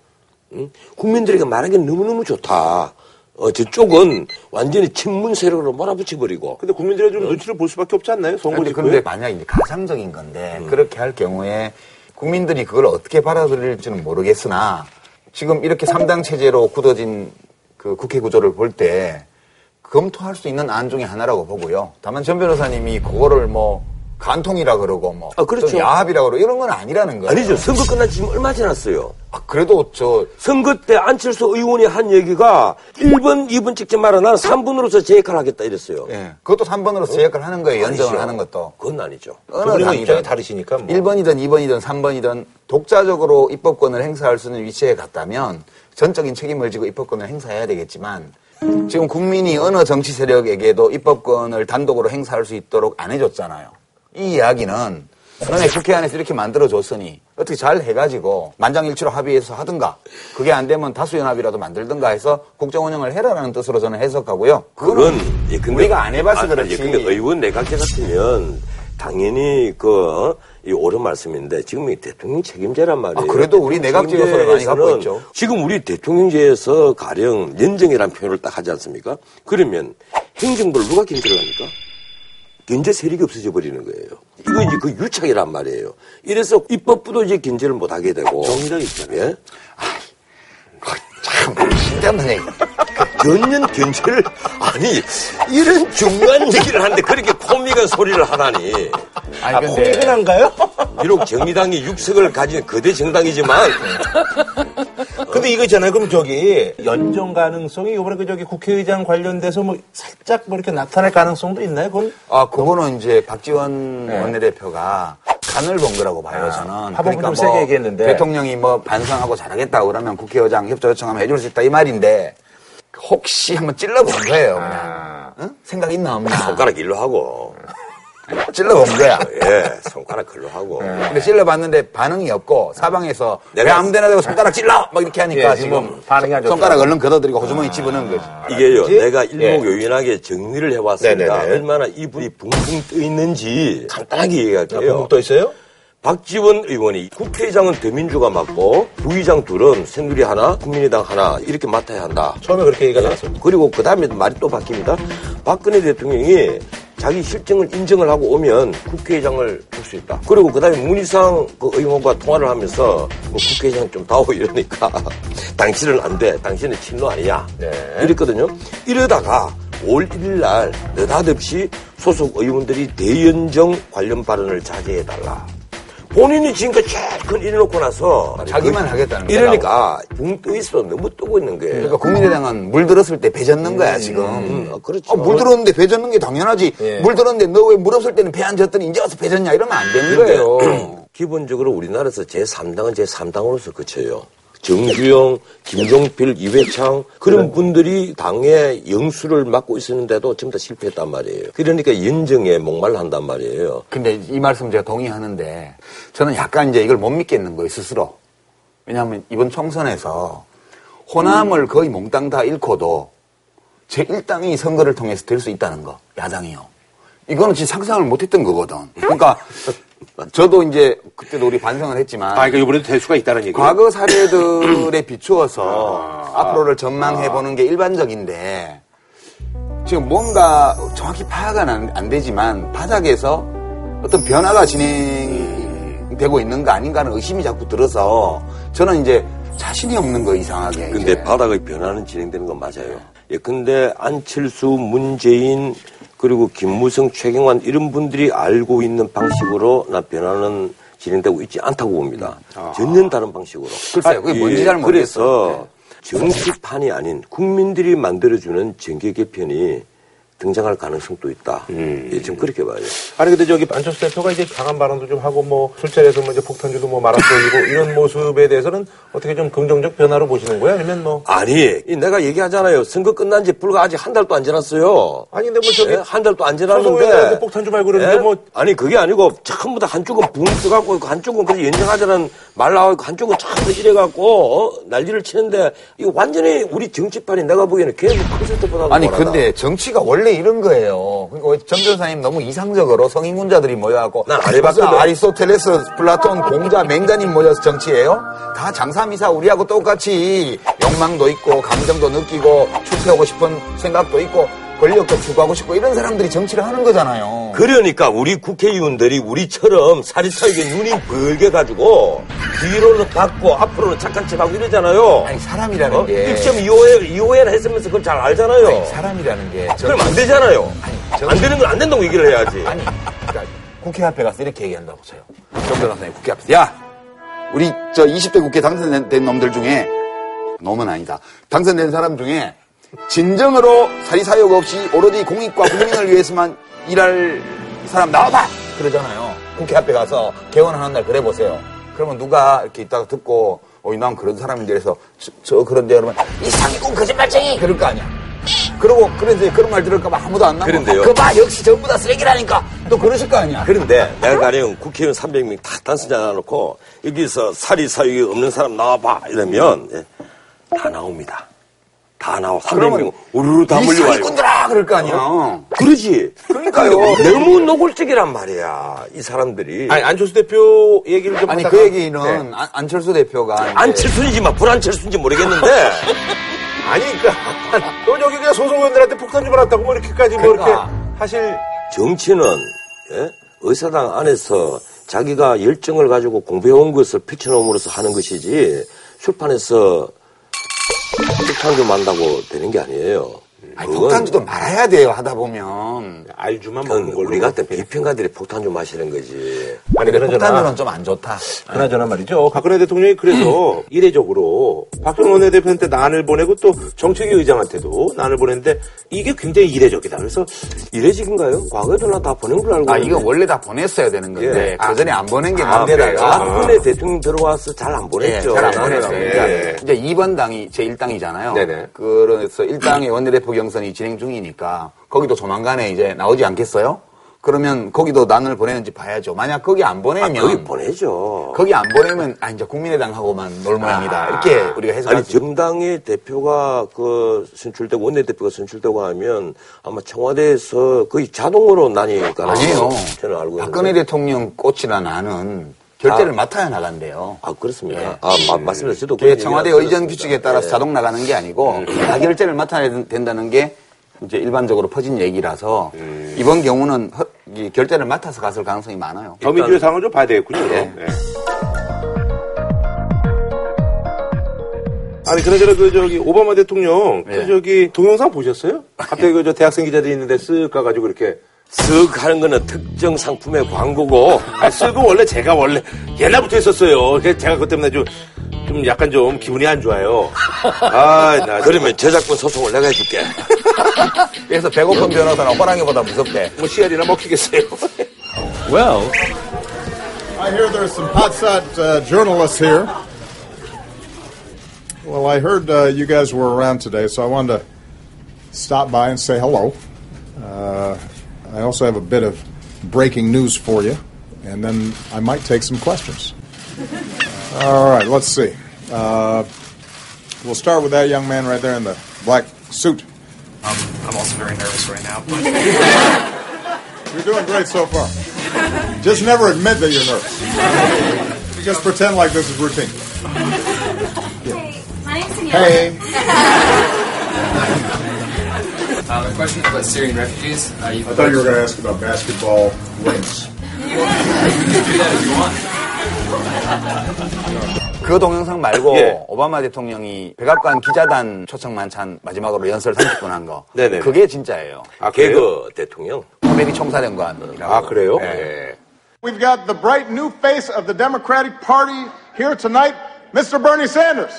B: 응? 국민들에게 말하기 너무너무 좋다. 어, 저쪽은 완전히 친문 세력으로 몰아붙여버리고
A: 근데 국민들의 좀 눈치를 볼 수밖에 없지 그? 않나요? 음. 선거
C: 근데,
A: 직후에.
C: 근데 만약 이제 가상적인 건데 그렇게 할 경우에 국민들이 그걸 어떻게 받아들일지는 모르겠으나 지금 이렇게 삼당 체제로 굳어진 그 국회 구조를 볼 때 검토할 수 있는 안 중에 하나라고 보고요. 다만 전 변호사님이 그거를 뭐 간통이라 그러고 뭐
B: 아, 그렇죠.
C: 좀 야합이라 그러고 이런 건 아니라는 거예요.
B: 아니죠. 선거 끝난 지 지금 얼마 지났어요.
C: 아, 그래도 저
B: 선거 때 안철수 의원이 한 얘기가 1번, 2번 찍지 마라. 나는 3번으로서 제 역할을 하겠다 이랬어요.
C: 예, 그것도 3번으로 제 역할을 하는 거예요. 연정을
B: 아니죠.
C: 하는 것도.
B: 그건 아니죠.
A: 두 분의 입장이 다르시니까 뭐.
C: 1번이든 2번이든 3번이든 독자적으로 입법권을 행사할 수 있는 위치에 갔다면 전적인 책임을 지고 입법권을 행사해야 되겠지만 지금 국민이 어느 정치 세력에게도 입법권을 단독으로 행사할 수 있도록 안 해줬잖아요. 이 이야기는 너네 국회 안에서 이렇게 만들어줬으니 어떻게 잘 해가지고 만장일치로 합의해서 하든가 그게 안 되면 다수연합이라도 만들든가 해서 국정 운영을 해라라는 뜻으로 저는 해석하고요.
B: 그런 예, 근데-
C: 우리가 안 해봐서
B: 아,
C: 그렇지.
B: 예, 근데 의원 내각제 같으면 당연히 그 이 옳은 말씀인데 지금 이 대통령 책임제란 말이에요.
C: 아, 그래도 우리
B: 대통령
C: 내각제 요소를 많이 갖고
B: 책임제에서는
C: 있죠.
B: 지금 우리 대통령제에서 가령 연정이라는 표현을 딱 하지 않습니까? 그러면 행정부를 누가 견제합니까? 견제 세력이 없어져 버리는 거예요. 이거 이제 그 유착이란 말이에요. 이래서 입법부도 이제 견제를 못 하게 되고
A: 정의당 있잖아요.
B: 예?
C: 참 쓸데없는 얘기.
B: 전년 견제를 아니 이런 중간 얘기를 하는데 그렇게 코믹한 소리를 하나니
A: 네.
C: 아니 근데
A: 퇴근한가요?
B: 비록 정의당이 육석을 가진 거대 정당이지만
A: 근데 이거 있잖아요. 그럼 저기 연정 가능성이 요번에 그 저기 국회의장 관련돼서 뭐 살짝 뭐 이렇게 나타날 가능성도 있나요? 그건
C: 아, 그거는 이제 박지원
A: 네.
C: 원내대표가 간을 본 거라고 봐요, 저는. 그러니까
A: 합법은 아, 좀 세게 얘기했는데.
C: 대통령이 뭐 반성하고 잘하겠다 그러면 국회의장 협조 요청하면 해줄 수 있다 이 말인데, 혹시 한번 찔러본 거예요, 그냥.
A: 아.
C: 응? 생각 있나 없나?
B: 손가락 일로 하고
C: 찔러본 거야.
A: 네.
B: 예 손가락 글로 하고
C: 근데 찔러봤는데 반응이 없고, 사방에서 왜
B: 내가-
C: 아무 데나 대고 손가락 찔러! 막 이렇게 하니까
A: 네. 예, 지금
C: 지금,
A: 반응이 안 아. 좋더라고요.
C: 손가락 얼른 걷어들이고 호주머니 집어넣은 거지.
B: 이게요
A: 그렇지? 예.
B: 내가 일목요연하게 정리를 해왔습니다
A: 네네네.
B: 얼마나 이분이 붕붕 떠 있는지 간단하게 얘기할게요
A: 공북도 아, 있어요?
B: 박지원 의원이 국회의장은 더민주가 맡고 부의장 둘은 새누리 하나 국민의당 하나 이렇게 맡아야 한다
A: 처음에 그렇게 얘기가 나왔어요.
B: 그리고 그 다음에 말이 또 바뀝니다. 박근혜 대통령이 자기 실정을 인정을 하고 오면 국회의장을 볼 수 있다. 그리고 그 다음에 문희상 그 의원과 통화를 하면서 뭐 국회의장 좀 다오 이러니까 당신은 안 돼. 당신은 친노 아니야.
A: 네.
B: 이랬거든요. 이러다가 5월 1일 날 느닷없이 소속 의원들이 대연정 관련 발언을 자제해달라. 본인이 지금까지 제일 큰 일을 놓고 나서
C: 자기만 하겠다는 거야.
B: 이러니까 붕 떠 있어 너무 뜨고 있는 거예요.
C: 그러니까 국민의당은 물 들었을 때 배졌는 거야 지금.
B: 음, 어, 그렇죠.
C: 어, 물 들었는데 배졌는 게 당연하지.
B: 예.
C: 물 들었는데 너 왜 물 없을 때는 배 안 졌더니 이제 와서 배졌냐 이러면 안 되는 거예요.
B: 근데 기본적으로 우리나라에서 제3당은 제3당으로서 그쳐요. 정주영, 김종필, 이회창 그런 분들이 당의 영수를 맡고 있었는데도 전부 다 실패했단 말이에요. 그러니까 연정에 목말한단 말이에요.
C: 근데 이 말씀 제가 동의하는데 저는 약간 이제 이걸 못 믿겠는 거예요 스스로. 왜냐하면 이번 총선에서 호남을 거의 몽땅 다 잃고도 제 1당이 선거를 통해서 될 수 있다는 거 야당이요. 이거는 진짜 상상을 못했던 거거든. 그러니까 저도 이제 그때도 우리 반성을 했지만
A: 아, 그러니까 이번에도 대수가 있다는 얘기.
C: 과거 사례들에 비추어서 앞으로를 전망해보는 게 일반적인데 지금 뭔가 정확히 파악은 안, 안 되지만 바닥에서 어떤 변화가 진행되고 있는 거 아닌가 하는 의심이 자꾸 들어서 저는 이제 자신이 없는 거 이상하게
B: 근데
C: 이제.
B: 바닥의 변화는 진행되는 건 맞아요. 예, 근데 안철수, 문재인, 그리고 김무성, 최경환 이런 분들이 알고 있는 방식으로 나 변화는 진행되고 있지 않다고 봅니다. 전혀 다른 방식으로.
C: 글쎄요, 그게 뭔지 잘 모르겠어요.
B: 그래서 정치판이 아닌 국민들이 만들어주는 정계 개편이 등장할 가능성도 있다. 예, 지금 그렇게 봐요.
A: 아니 근데 저기 안철수 대표가 이제 강한 발언도 좀 하고 뭐 술자리에서 뭐 이제 폭탄주도 뭐 말아서 올리고 이런 모습에 대해서는 어떻게 좀 긍정적 변화로 보시는 거예요? 아니면 뭐
B: 아니, 이 내가 얘기하잖아요. 선거 끝난 지 불과 아직 한 달도 안 지났어요.
A: 아니 근데 뭐 저기
B: 예, 한 달도 안
A: 소송에
B: 지났는데 예?
A: 대해서 폭탄 좀 알고 그러는데 뭐-
B: 아니 그게 아니고 전부 다 한쪽은 붕 써갖고 있고 한쪽은 그래서 연장하자는 말 나오고 한쪽은 자꾸 이래갖고 어? 난리를 치는데 이거 완전히 우리 정치판이 내가 보기에는 계속 콘서트보다
C: 아니 근데 정치가 원래 이런 거예요. 그러니까 왜전 변사님 너무 이상적으로 성인군자들이 모여갖고
B: 난안 해봤거든.
C: 무슨 아리스토텔레스, 플라톤, 공자, 맹자님 모여서 정치해요? 다 장사미사 우리하고 똑같이 욕망도 있고 감정도 느끼고 추구하고 싶은 생각도 있고 권력도 추구하고 싶고 이런 사람들이 정치를 하는 거잖아요.
B: 그러니까 우리 국회의원들이 우리처럼 사리사욕에 눈이 벌게 가지고 뒤로는 닫고 앞으로는 착한 척하고 이러잖아요.
C: 아니 사람이라는
B: 어?
C: 게
B: 1.25회 2호회를 했으면서 그걸 잘 알잖아요.
C: 사람이라는 게 정-
B: 그럼 안 되잖아요.
C: 아니, 저-
B: 안 되는 건 안 된다고 얘기를 해야지.
C: 아니, 그러니까 국회 앞에 가서 이렇게 얘기한다고 쳐요. 정 변호사님 국회 앞에서. 야! 우리 저 20대 국회 당선된 놈들 중에, 놈은 아니다. 당선된 사람 중에, 진정으로 사리사욕 없이 오로지 공익과 국민을 위해서만 일할 사람 나와봐! 그러잖아요. 국회 앞에 가서 개원하는 날 그래 보세요. 그러면 누가 이렇게 있다가 듣고, 어이, 난 그런 사람인데 해서, 저, 저 그런데 그러면, 이 사기꾼 거짓말쟁이! 그럴 거 아니야. 그러고 그래서 이제 그런 말 들을까 봐 아무도 안
B: 네.
C: 나고
B: 그런데요.
C: 그거 봐 역시 전부 다 쓰레기라니까 또 그러실 거 아니야
B: 그런데 내가 가령 국회의원 300명 다 단순자 놔놓고 여기서 사리사욕이 없는 사람 나와봐 이러면 예, 다 나옵니다. 다 나와. 300명 우르르 다
C: 이
B: 몰려와요.
C: 사기꾼들아 그럴 거 아니야
B: 그러지.
C: 그러니까요.
B: 근데 너무 노골적이란 말이야. 이 사람들이.
A: 아니 안철수 대표 얘기를 좀
C: 아니
A: 하다가-
C: 그 얘기는
A: 네.
C: 안- 안철수 대표가 이제
B: 안철수인지 막 불안철수인지 모르겠는데
A: 아니 그러니까 또 여기 그냥 소송위원들한테 폭탄 좀 알았다고 뭐 이렇게까지 뭐 이렇게
C: 그러니까.
A: 하실
B: 정치는 예? 의사당 안에서 자기가 열정을 가지고 공부해온 것을 펼쳐놓음으로써 하는 것이지 출판에서 출판 좀 한다고 되는 게 아니에요.
C: 아니,
B: 그건
C: 폭탄주도 말아야 돼요 하다 보면
A: 알주만
B: 그건
A: 먹는 걸로
B: 우리 같은 비평가들이 폭탄 좀 마시는 거지.
A: 아니 그나저나
C: 폭탄주는 좀 안 좋다
A: 그나저나 말이죠 박근혜 대통령이
C: 음.
A: 그래서 이례적으로 박정희 원내대표한테 난을 보내고 또 정책위 의장한테도 난을 보냈는데 이게 굉장히 이례적이다 그래서
B: 이례적인가요? 과거에도 다 보낸 걸 알고.
C: 아 이거 원래 다 보냈어야 되는 건데
B: 예.
C: 그 전에 안 보낸 게
B: 아,
C: 문제다가 예,
B: 박근혜 대통령 들어와서 잘 안 보냈죠.
C: 잘안
B: 나는
C: 보냈어요. 그러니까
B: 안
A: 예, 예.
C: 그렇죠. 이제 2번 당이 제 1당이잖아요.
A: 네네.
C: 그래서 1당의 원내대표 경선이 진행 중이니까 거기도 조만간에 이제 나오지 않겠어요? 그러면 거기도 난을 보내는지 봐야죠. 만약 아, 거기 안 보내면
B: 여기 보내죠.
C: 거기 안 보내면 아 이제 국민의당하고만 놀 모양이다. 이렇게 우리가
B: 아. 아니
C: 해석하죠.
B: 정당의 대표가 그 선출되고 원내 대표가 선출되고 하면 아마 청와대에서 거의 자동으로 나뉘니까
C: 아니에요.
B: 저는 알고
C: 박근혜
B: 있는데.
C: 대통령 꽃이나 나는 결재를 맡아야 나간대요.
B: 아 그렇습니까?
C: 예.
B: 아 마- 맞습니다. 저도
C: 그게
B: 그
C: 청와대
B: 얘기를
C: 의전
B: 들었습니다.
C: 규칙에 따라서
B: 예.
C: 자동 나가는 게 아니고 다 결제를 맡아야 된다는 게 이제 일반적으로 퍼진 얘기라서
B: 음.
C: 이번 경우는 허- 이 결제를 맡아서 갔을 가능성이 많아요.
B: 예.
A: 더민주의 상황을 좀 봐야 되겠군요.
C: 예.
A: 네. 아니 그나저나 그 저기 오바마 대통령 그
C: 예.
A: 저기 동영상 보셨어요? 갑자기 그 저 대학생 기자들이 있는데 쓱 가가지고 이렇게
B: 쓱 하는 거는 특정 상품의 광고고
A: 아, 쓰고 원래 제가 원래 옛날부터 했었어요. 그래서 제가 그것 때문에 좀, 좀 약간 좀 기분이 안 좋아요. 아, 나 그러면
B: 그러면 저작권 소송을 내가 해줄게.
C: 그래서 배고픈 변호사는 호랑이보다 무섭대.
A: 뭐 씨알이나 먹히겠어요.
D: Well,
E: I hear there's some hotshot uh, journalists here. Well, I heard uh, you guys were around today, so I wanted to stop by and say hello. Uh, I also have a bit of breaking news for you, and then I might take some questions. All right, let's see. Uh, we'll start with that young man right there in the black suit.
F: I'm also very nervous right now, but
E: You're doing great so far. Just never admit that you're nervous. Just pretend like this is routine.
G: Hey, my name's Danielle.
E: Hey.
F: uh, the question is about Syrian refugees. Uh, you
E: I thought you were going to ask about basketball wings.
F: to do that if you want.
C: 그 동영상 말고
A: 예.
C: 오바마 대통령이 백악관 기자단 초청 만찬 마지막으로 연설 30분 한 거.
A: 네네.
C: 그게 진짜예요.
A: 아, 개그.
B: 개그 대통령.
C: 코미디 총사령관이라고.
A: 아, 그래요?
C: 예.
E: We've got the bright new face of the Democratic Party here tonight, Mr. Bernie Sanders.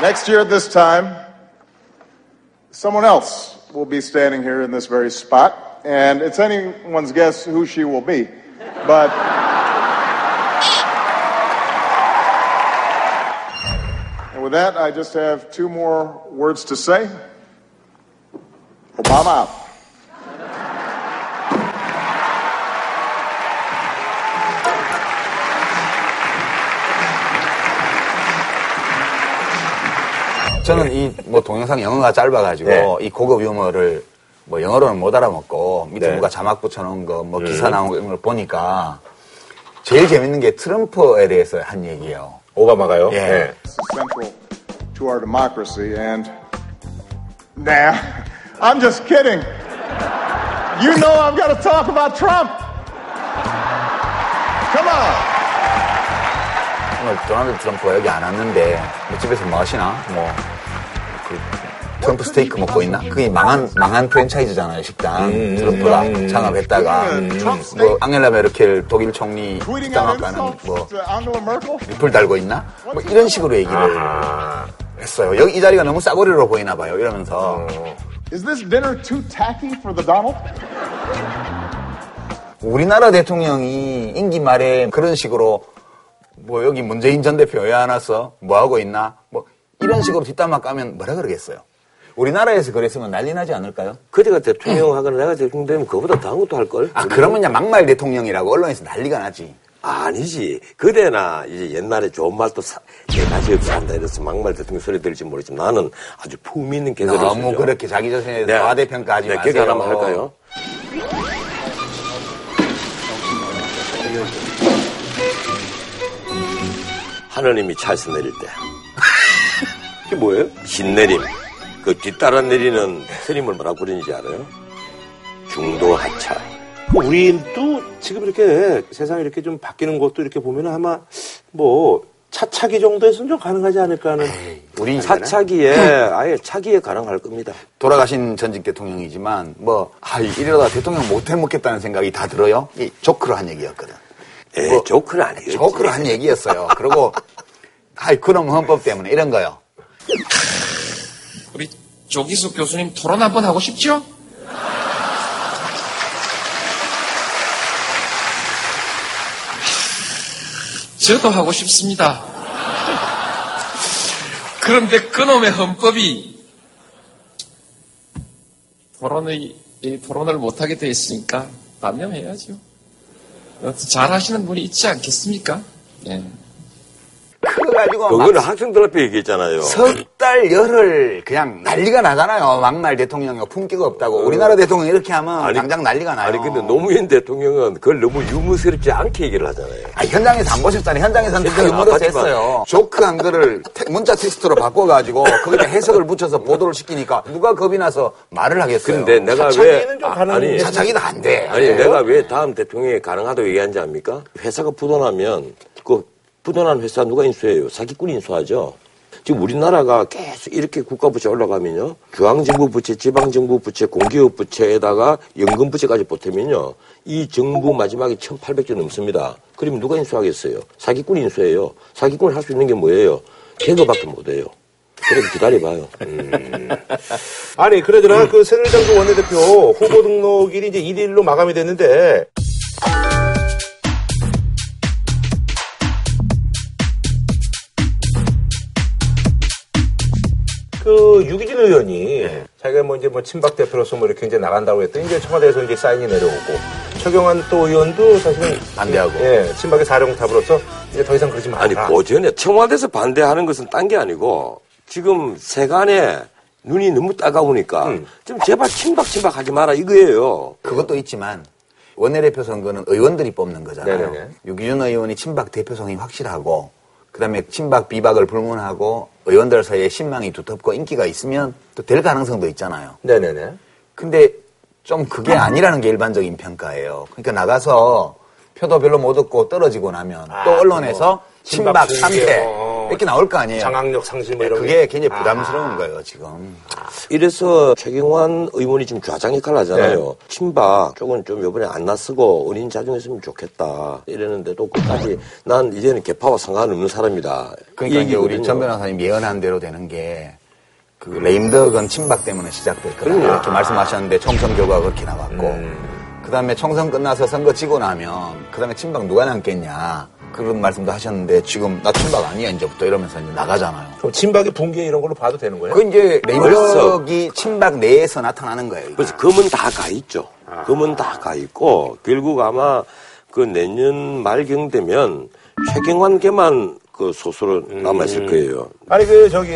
E: Next year at this time, someone else will be standing here in this very spot, and it's anyone's guess who she will be. But And with that, I just have two more words to say. Obama out.
C: 저는 이 뭐 동영상 영어가 짧아가지고
A: 네.
C: 이 고급 유머를 뭐 영어로는 못 알아먹고 밑에 누가 자막 붙여놓은 거 뭐 기사 나온 거 이런 걸 보니까 제일 재밌는 게 트럼프에 대해서 한 얘기예요.
A: 오바마가요?
C: 예.
A: 네.
E: This is central to our democracy, and. Nah, I'm just kidding. You know I'm going to talk about Trump. Come on.
C: 정말 도널드 트럼프가 여기 안 왔는데 뭐 집에서 뭐 하시나? 뭐 그, 트럼프 스테이크 먹고 있나? 그게 망한 망한 프랜차이즈잖아요 식당 트럼프가 장악했다가 뭐 앙겔라 메르켈 독일 총리
E: Tweeting
C: 식당
E: out
C: 아까는
E: insults
C: 뭐
E: to Angela Merkel?
C: 리플 달고 있나? 뭐 이런 식으로 얘기를 했어요. 여기 이 자리가 너무 싸구려로 보이나 봐요. 이러면서
B: 음.
E: Is this dinner too tacky for the Donald?
C: 우리나라 대통령이 임기 말에 그런 식으로 뭐 여기 문재인 전 대표 왜 안 왔어? 뭐 하고 있나? 뭐 이런 식으로 뒷담화 까면 뭐라 그러겠어요? 우리나라에서 그랬으면 난리 나지 않을까요?
B: 그대가 대통령 하거나 내가 대통령 되면 그보다 더한 것도 할걸?
C: 아 그러면 그냥 막말 대통령이라고 언론에서 난리가 나지.
B: 아니지. 그대나 이제 옛날에 좋은 말도 사, 네 내가 지역에 한다 이래서 막말 대통령 소리 들을지 모르지만 나는 아주 품위 있는 개그를
A: 뭐
C: 너무 그렇게 자기 자신에 대해서 과대평가하지
B: 네,
C: 마세요.
B: 개그 하나만 할까요? 하느님이 차에서 내릴 때. 이게 뭐예요? 신내림. 그 뒤따라 내리는 스님을 뭐라고 부르는지 알아요? 중도 하차.
A: 우리도 지금 이렇게 세상이 이렇게 좀 바뀌는 것도 이렇게 보면 아마 뭐 차차기 정도에서는 좀 가능하지 않을까 하는.
C: 우리
B: 사차기에 아예 차기에 가능할 겁니다.
C: 돌아가신 전직 대통령이지만 뭐 아, 이러다 대통령 못해 먹겠다는 생각이 다 들어요. 이 조크로 한 얘기였거든.
B: 에
C: 뭐,
B: 예, 조크는 아니에요.
C: 조크로 한 얘기였어요. 그리고 아이 그럼 헌법 때문에 이런 거요.
F: 우리 조기숙 교수님 토론 한번 하고 싶죠? 저도 하고 싶습니다. 그런데 그놈의 헌법이 토론의, 이 토론을 못하게 돼 있으니까 반명해야죠. 잘 하시는 분이 있지 않겠습니까? 예.
C: 그거 가지고 막
B: 그거는 학생들 앞에 얘기했잖아요.
C: 석 달 열흘 그냥 난리가 나잖아요. 막말 대통령이 품격 없다고. 우리나라 대통령 이렇게 하면 당장 난리가 나요.
B: 아니 근데 노무현 대통령은 그걸 너무 유머스럽지 않게 얘기를 하잖아요.
C: 아, 현장에서 안 보셨잖아요. 현장에서는 되게
B: 실제로
C: 유머러스
B: 나빴지만.
C: 했어요. 조크 한 글을 테- 문자 텍스트로 바꿔가지고 거기다 해석을 붙여서 보도를 시키니까 누가 겁이 나서 말을 하겠어요.
B: 근데 내가 왜
A: 차차기는 좀
B: 아,
A: 가능해.
B: 아니
C: 자기도 안 돼.
B: 네, 아니 내가 왜 다음 대통령이 가능하다고 얘기한지 압니까? 회사가 부도나면 그 부도난 회사 누가 인수해요? 사기꾼이 인수하죠. 지금 우리나라가 계속 이렇게 국가 부채 올라가면요. 중앙정부 부채, 지방정부 부채, 공기업 부채에다가 연금 부채까지 보태면요. 이 정부 마지막에 1,800조 넘습니다. 그러면 누가 인수하겠어요? 사기꾼이 인수해요. 사기꾼을 할 수 있는 게 뭐예요? 개그밖에 못해요. 그래도 기다려봐요.
A: 아니, 그러더라, 그 새누리당도 원내대표 후보 등록일이 이제 1일로 마감이 됐는데, 그 유기진 의원이 자기가 뭐 이제 뭐 친박 대표로서 뭐 이렇게 이제 나간다고 했더니 이제 청와대에서 이제 사인이 내려오고 최경환 또 의원도 사실은
C: 반대하고. 뭐
A: 예, 친박의 사령탑으로서 이제 더 이상 그러지 마라.
B: 아니, 보전에 청와대에서 반대하는 것은 딴 게 아니고 지금 세간에 눈이 너무 따가우니까 좀 제발 침박침박 하지 마라 이거예요.
C: 그것도 있지만 원내대표 선거는 의원들이 뽑는 거잖아요.
A: 네네네.
C: 유기준 의원이 친박 대표성이 확실하고 그다음에 친박 비박을 불문하고 의원들 사이에 신망이 두텁고 인기가 있으면 또 될 가능성도 있잖아요.
A: 네네네.
C: 근데 좀 그게 아니라는 게 일반적인 평가예요. 그러니까 나가서 표도 별로 못 얻고 떨어지고 나면 또 언론에서
A: 친박
C: 친박
A: 중계,
C: 3패
A: 어.
C: 이렇게 나올 거 예. 아니에요.
A: 장악력 상실 뭐 이런
C: 그게
A: 게.
C: 굉장히 부담스러운 거예요, 지금.
B: 이래서 최경환 의원이 지금 좌장이 칼나잖아요. 친박 쪽은 좀 이번에 안 나서고 은인 자중했으면 좋겠다 이랬는데도 끝까지 난 이제는 개파와 상관없는 사람이다.
C: 그러니까
B: 이
C: 이제 우리
B: 얘기거든요.
C: 전 변호사님 예언한 대로 되는 게, 그, 레임덕은 침박 때문에 시작될 거다. 이렇게 말씀하셨는데, 총선 결과가 그렇게 나왔고, 그 다음에 총선 끝나서 선거 지고 나면, 그 다음에 침박 누가 남겠냐. 그런 말씀도 하셨는데, 지금 나 침박 아니야, 이제부터 이러면서 이제 나가잖아요.
A: 그럼 친박의 붕괴 이런 걸로 봐도 되는 거예요?
C: 그 이제
B: 벌써.
C: 레임덕이 침박 내에서 나타나는 거예요. 이게.
B: 그래서 금은 다 가 있죠.
A: 아.
B: 금은 다 가 있고 결국 아마 그 내년 말경 되면 최경환께만 그 소수로
A: 음.
B: 남아 있을 거예요.
A: 아니 그 저기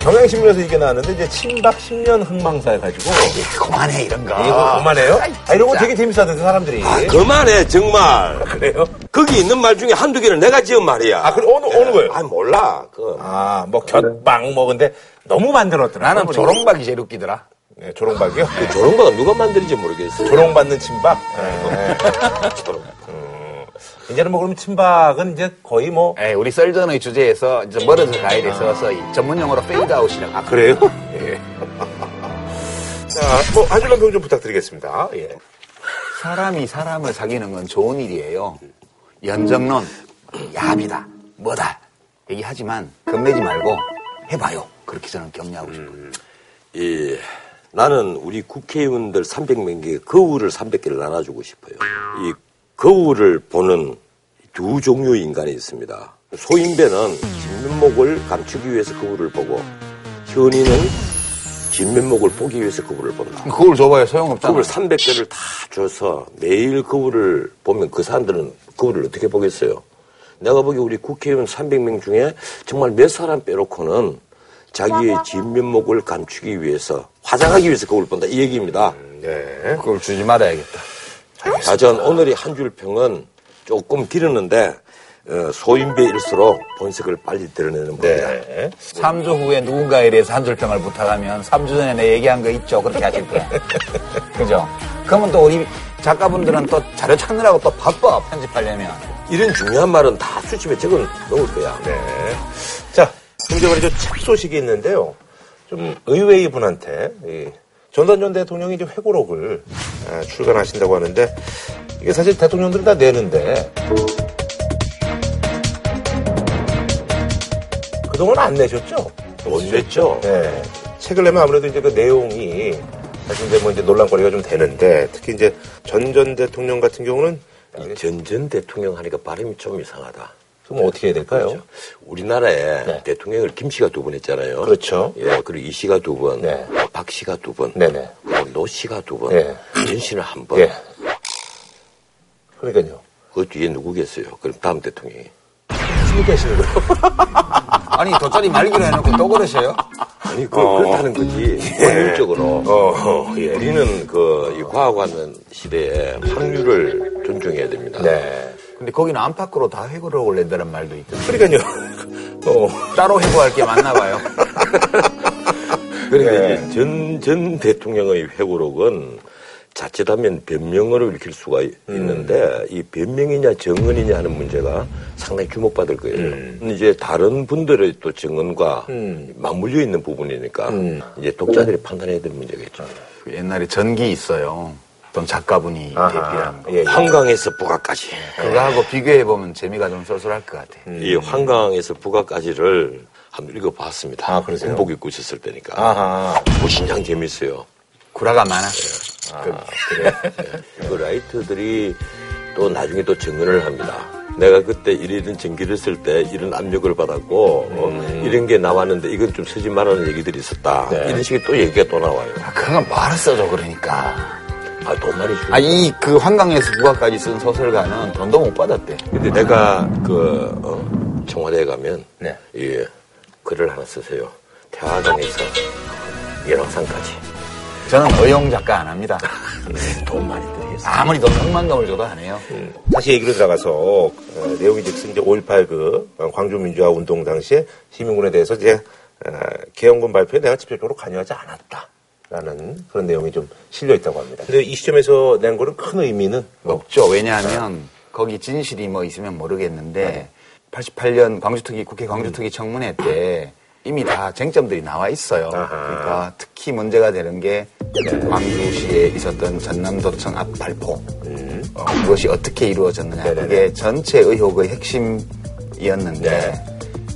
A: 경향신문에서 이게 나왔는데 이제 친박 10년 흥망사해 가지고
C: 그만해, 이런 거.
A: 이거 그만해요? 아, 이런 거 되게 재밌었는데 사람들이
B: 아, 그만해 정말.
A: 아, 그래요?
B: 거기 있는 말 중에 한두 개를 내가 지은 말이야.
A: 아 그래 어느 어느 거예요?
B: 아 몰라. 그
A: 아뭐 곁방 뭐 근데 너무 만들었더라.
C: 나는 조롱박이 제일 웃기더라.
A: 네, 조롱박이요?
B: 조롱바가 누가 만드는지 모르겠어.
A: 조롱받는 친박. 네. 음. 이제는 뭐 그럼 친박은 이제 거의 뭐
C: 예, 우리 썰전의 주제에서 이제 멀어서 가야 돼서 서서히 전문 용어로 페이드아웃이라고. 아,
A: 그래요? 예. 자, 뭐 한줄간 평 좀 부탁드리겠습니다. 예.
C: 사람이 사람을 사귀는 건 좋은 일이에요. 연정론, 야합이다, 뭐다 얘기하지만 겁내지 말고 해봐요. 그렇게 저는 격려하고 싶어요.
B: 이 예, 나는 우리 국회의원들 300명께 거울을 300개를 나눠주고 싶어요. 이 거울을 보는 두 종류의 인간이 있습니다. 소인배는 뒷면목을 감추기 위해서 거울을 보고 현인은 뒷면목을 보기 위해서 거울을 본다.
C: 그걸 줘봐야 소용없잖아.
B: 거울 300개를 다 줘서 매일 거울을 보면 그 사람들은 거울을 어떻게 보겠어요? 내가 보기 우리 국회의원 300명 중에 정말 몇 사람 빼놓고는 자기의 진면목을 감추기 위해서 화장하기 위해서 거울 본다 이 얘기입니다.
A: 네.
C: 그걸 주지 말아야겠다.
B: 하여튼 오늘의 한 줄 평은 조금 길었는데 어, 소인배일수록 본색을 빨리 드러내는 겁니다.
A: 네.
C: 3주 후에 누군가에 대해서 한 줄평을 부탁하면 3주 전에 내 얘기한 거 있죠? 그렇게 하실 거예요. 그죠? 그러면 또 우리 작가분들은 또 자료 찾느라고 또 바빠, 편집하려면.
B: 이런 중요한 말은 다 수집에 적어 놓을 거야.
A: 네. 자, 그럼 이제 말이죠. 책 소식이 있는데요. 좀 의외의 분한테 이 전두환 전 대통령이 이제 회고록을 아, 출간하신다고 하는데 이게 사실 대통령들은 다 내는데 그동안 안 내셨죠?
B: 못 냈죠?
A: 네. 책을 내면 아무래도 이제 그 내용이 사실 이제 뭐 이제 논란거리가 좀 되는데 특히 이제 전 전 대통령 같은 경우는
B: 전전 대통령 하니까 발음이 좀 이상하다.
A: 그럼 어떻게 해야 될까요?
B: 그렇죠. 우리나라에
A: 네.
B: 대통령을 김 씨가 두 번 했잖아요.
A: 그렇죠.
B: 예, 그리고 이 씨가 두 번,
A: 네.
B: 박 씨가 두 번,
A: 네네.
B: 그리고 노 씨가 두 번,
A: 예.
B: 전 씨는 한 번.
A: 예. 그러니까요.
B: 그 뒤에 누구겠어요? 그럼 다음 대통령이.
A: 숨이 계시는 거예요.
C: 아니, 돗자리 말기로 해놓고 또 그러셔요?
B: 아니, 그, 그렇다는 거지. 원칙적으로.
A: 어, 예.
B: 우리는 그, 이 과학하는 시대에 확률을 존중해야 됩니다.
A: 네.
C: 근데 거기는 안팎으로 다 해고를 올린다는 말도 있던데.
A: 그러니까요. 어.
C: 따로 해고할 게 많나 봐요.
A: 예.
B: 그런데 이제 전, 전 대통령의 회고록은 자칫하면 변명으로 읽힐 수가 이-
A: 음.
B: 있는데 이 변명이냐 정언이냐 하는 문제가 상당히 주목받을 거예요.
A: 음.
B: 이제 다른 분들의 또 정언과 맞물려 있는 부분이니까
A: 음.
B: 이제 독자들이 판단해야 될 문제겠죠.
C: 그 옛날에 전기 있어요. 어떤 작가분이 대피한 거.
A: 예, 예.
B: 한강에서 북악까지
C: 그거하고 비교해보면 재미가 좀 쏠쏠할 것 같아.
A: 음.
B: 이 한강에서 북악까지를 한번 읽어봤습니다.
A: 아, 그러세요?
B: 공복 입고 있었을 때니까
A: 아하.
B: 무신장 재밌어요.
C: 구라가 많아.
B: 그 라이터들이 또 나중에 또 증언을 합니다. 내가 그때 이런 전기를 쓸 때 이런 압력을 받았고 어, 이런 게 나왔는데 이건 좀 쓰지 말라는 얘기들이 있었다. 이런 식의 또 얘기가 또 나와요.
C: 아, 그건 말았어죠 그러니까.
B: 아, 돈 많이 주고.
C: 아, 이 그 한강에서 국악까지 쓴 소설가는 돈도 못 받았대.
B: 근데 내가 그 어, 청와대에 가면
A: 네.
B: 예, 글을 하나 쓰세요. 대화장에서 열왕산까지
C: 저는 어용 작가 안 합니다.
B: 돈 많이 들겠어.
C: 아무리 돈 억만금을 줘도 안 해요.
A: 다시 얘기로 들어가서 어, 내용이 즉슨 이제 5.18그 광주민주화 운동 당시에 시민군에 대해서 이제 어, 개헌군 발표에 내가 직접적으로 관여하지 않았다. 라는 그런 내용이 좀 실려 있다고 합니다. 근데 이 시점에서 낸 거는 큰 의미는 뭐
C: 없죠. 왜냐하면 거기 진실이 뭐 있으면 모르겠는데 88년 광주특위 국회 광주특위 청문회 때 이미 다 쟁점들이 나와 있어요. 그러니까 특히 문제가 되는 게 광주시에 있었던 전남도청 앞 발포 어, 그것이 어떻게 이루어졌느냐 그게 전체 의혹의 핵심이었는데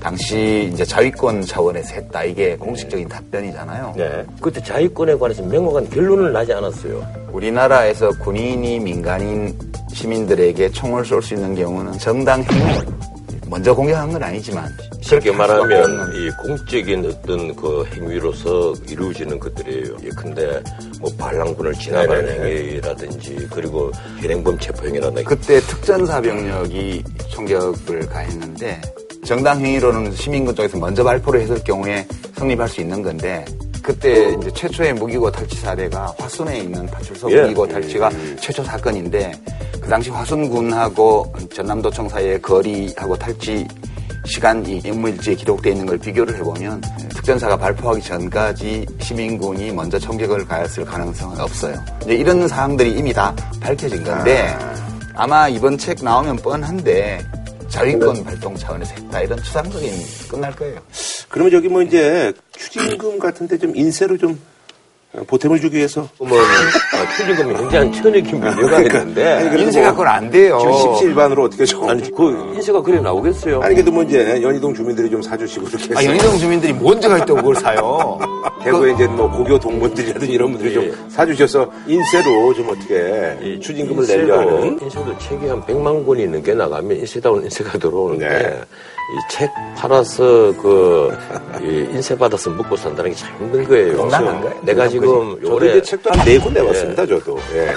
C: 당시 이제 자위권 차원에서 했다 이게 공식적인 답변이잖아요.
A: 네.
B: 그때 자유권에 관해서 명확한 결론을 나지 않았어요.
C: 우리나라에서 군인이 민간인 시민들에게 총을 쏠 수 있는 경우는 정당 행위 먼저 공격한 건 아니지만
B: 쉽게
C: 할 수밖에
B: 말하면
C: 없는.
B: 이 공적인 어떤 그 행위로서 이루어지는 것들이에요. 예, 근데 뭐 반란군을 지나가는
A: 네,
B: 행위라든지 그리고 현행범 체포행위라든지
C: 그때 특전사병력이 총격을 가했는데 정당 행위로는 시민군 쪽에서 먼저 발포를 했을 경우에 성립할 수 있는 건데 그때 이제 최초의 무기고 탈취 사례가 화순에 있는 파출소
B: 예.
C: 무기고 탈취가 최초 사건인데 그 당시 화순군하고 전남도청 사이의 거리하고 탈취 시간이 임무일지에 기록되어 있는 걸 비교를 해보면 특전사가 발포하기 전까지 시민군이 먼저 총격을 가했을 가능성은 없어요. 이제 이런 사항들이 이미 다 밝혀진 건데 아마 이번 책 나오면 뻔한데 자위권 발동 차원에서 했다 이런 추상적인 끝날 거예요.
A: 그러면 저기 뭐 이제 추징금 같은데 좀 인세로 좀 어, 보탬을 주기 위해서
B: 뭐 아, 추징금이 굉장히 뭐 천억이 밀려가 있는데
A: 그래도
C: 인쇄가
A: 뭐
C: 그건 안 돼요.
A: 지금 17반으로 어떻게 좀
B: 아니 그 인쇄가 그래 나오겠어요?
A: 아니 그래도 뭐 이제 연희동 주민들이 좀 사주시고 이렇게 해서
C: 아, 연희동 주민들이 먼저가 있다고 그걸 사요.
B: 그
A: 대구에 이제 뭐 고교 동문들이라든지 이런 분들이
B: 예.
A: 좀 사주셔서 인세로 좀 어떻게 추징금을 내려 하는
B: 인쇄도 책이 한 100만 권이 넘게 나가면 인쇄다운 인쇄가 들어오는데
A: 네.
B: 이 책 팔아서 그 이 인쇄 받아서 먹고 산다는 게 참 힘든 거예요. 네.
C: 건강한가요?
B: 내가 지금
A: 그렇죠. 저도
B: 요래
A: 이제 책도 한 네 권 내봤습니다 저도 예.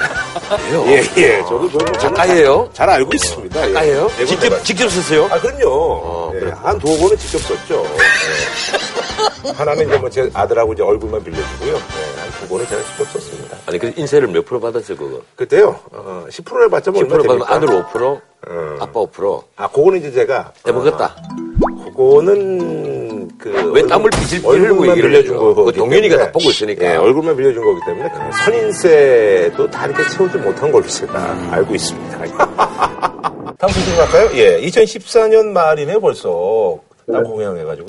A: 예, 예. 저도 저도
B: 작가예요?
A: 잘 알고 있습니다 예.
B: 아, 아예요?
A: 네권
B: 직접
A: 내봤-
B: 직접 쓰세요?
A: 아 그럼요 예,
B: 그래.
A: 한두 권은 직접 썼죠 예. 하나는 이제 뭐 제 아들하고 이제 얼굴만 빌려주고요 예, 한두 권은 제가 직접 썼습니다
B: 아니 그 인쇄를 몇 프로 받았어요 그거?
A: 그때요 어, 10%를 받자 뭐
B: 10%
A: 얼마
B: 받으면
A: 됩니까?
B: 아들 5%, 아빠 5%.
A: 아 그거는 이제 제가
B: 해보겠다.
A: 어. 그거는 그
B: 왜 땀을 빚을 흘리고
A: 얼굴만
B: 얘기를
A: 빌려준
B: 해요?
A: 거기
B: 그 동윤이가
A: 때문에.
B: 다 보고 있으니까.
A: 예, 얼굴만 빌려준 거기 때문에 그 선인세도 다 이렇게 채우지 못한 걸로 제가 알고 있습니다. 예. 다음 소식 갈까요? 예, 2014년 말이네요 벌써 딸 공양해가지고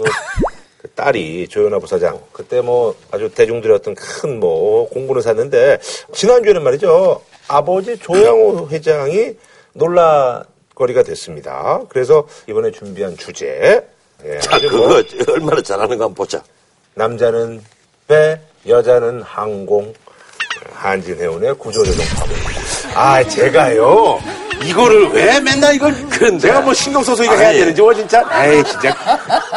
A: 그 딸이 조연아 부사장 그때 뭐 아주 대중들이었던 큰 뭐 공군을 샀는데 지난주에는 말이죠 아버지 조양호 회장이 논란거리가 됐습니다. 그래서 이번에 준비한 주제 예,
B: 자
A: 아주
B: 그거
A: 뭐
B: 얼마나 잘하는가 한번 보자.
A: 남자는 배, 여자는 항공, 한진해운의 구조조정 파업. 아, 제가요. 이거를 왜 맨날 이걸
B: 그런데.
A: 내가 뭐 신경 써서 이거 해야
B: 아니.
A: 되는지 뭐 진짜 에이 진짜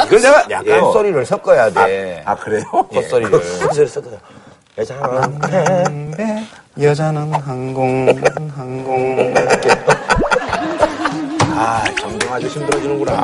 A: 이건 내가
C: 약간 헛소리를 섞어야 돼.
A: 예. 아 그래요?
C: 헛소리를.
A: 여자는
C: 여자는 항공, 항공.
A: 아 점점 아주 힘들어지는구나.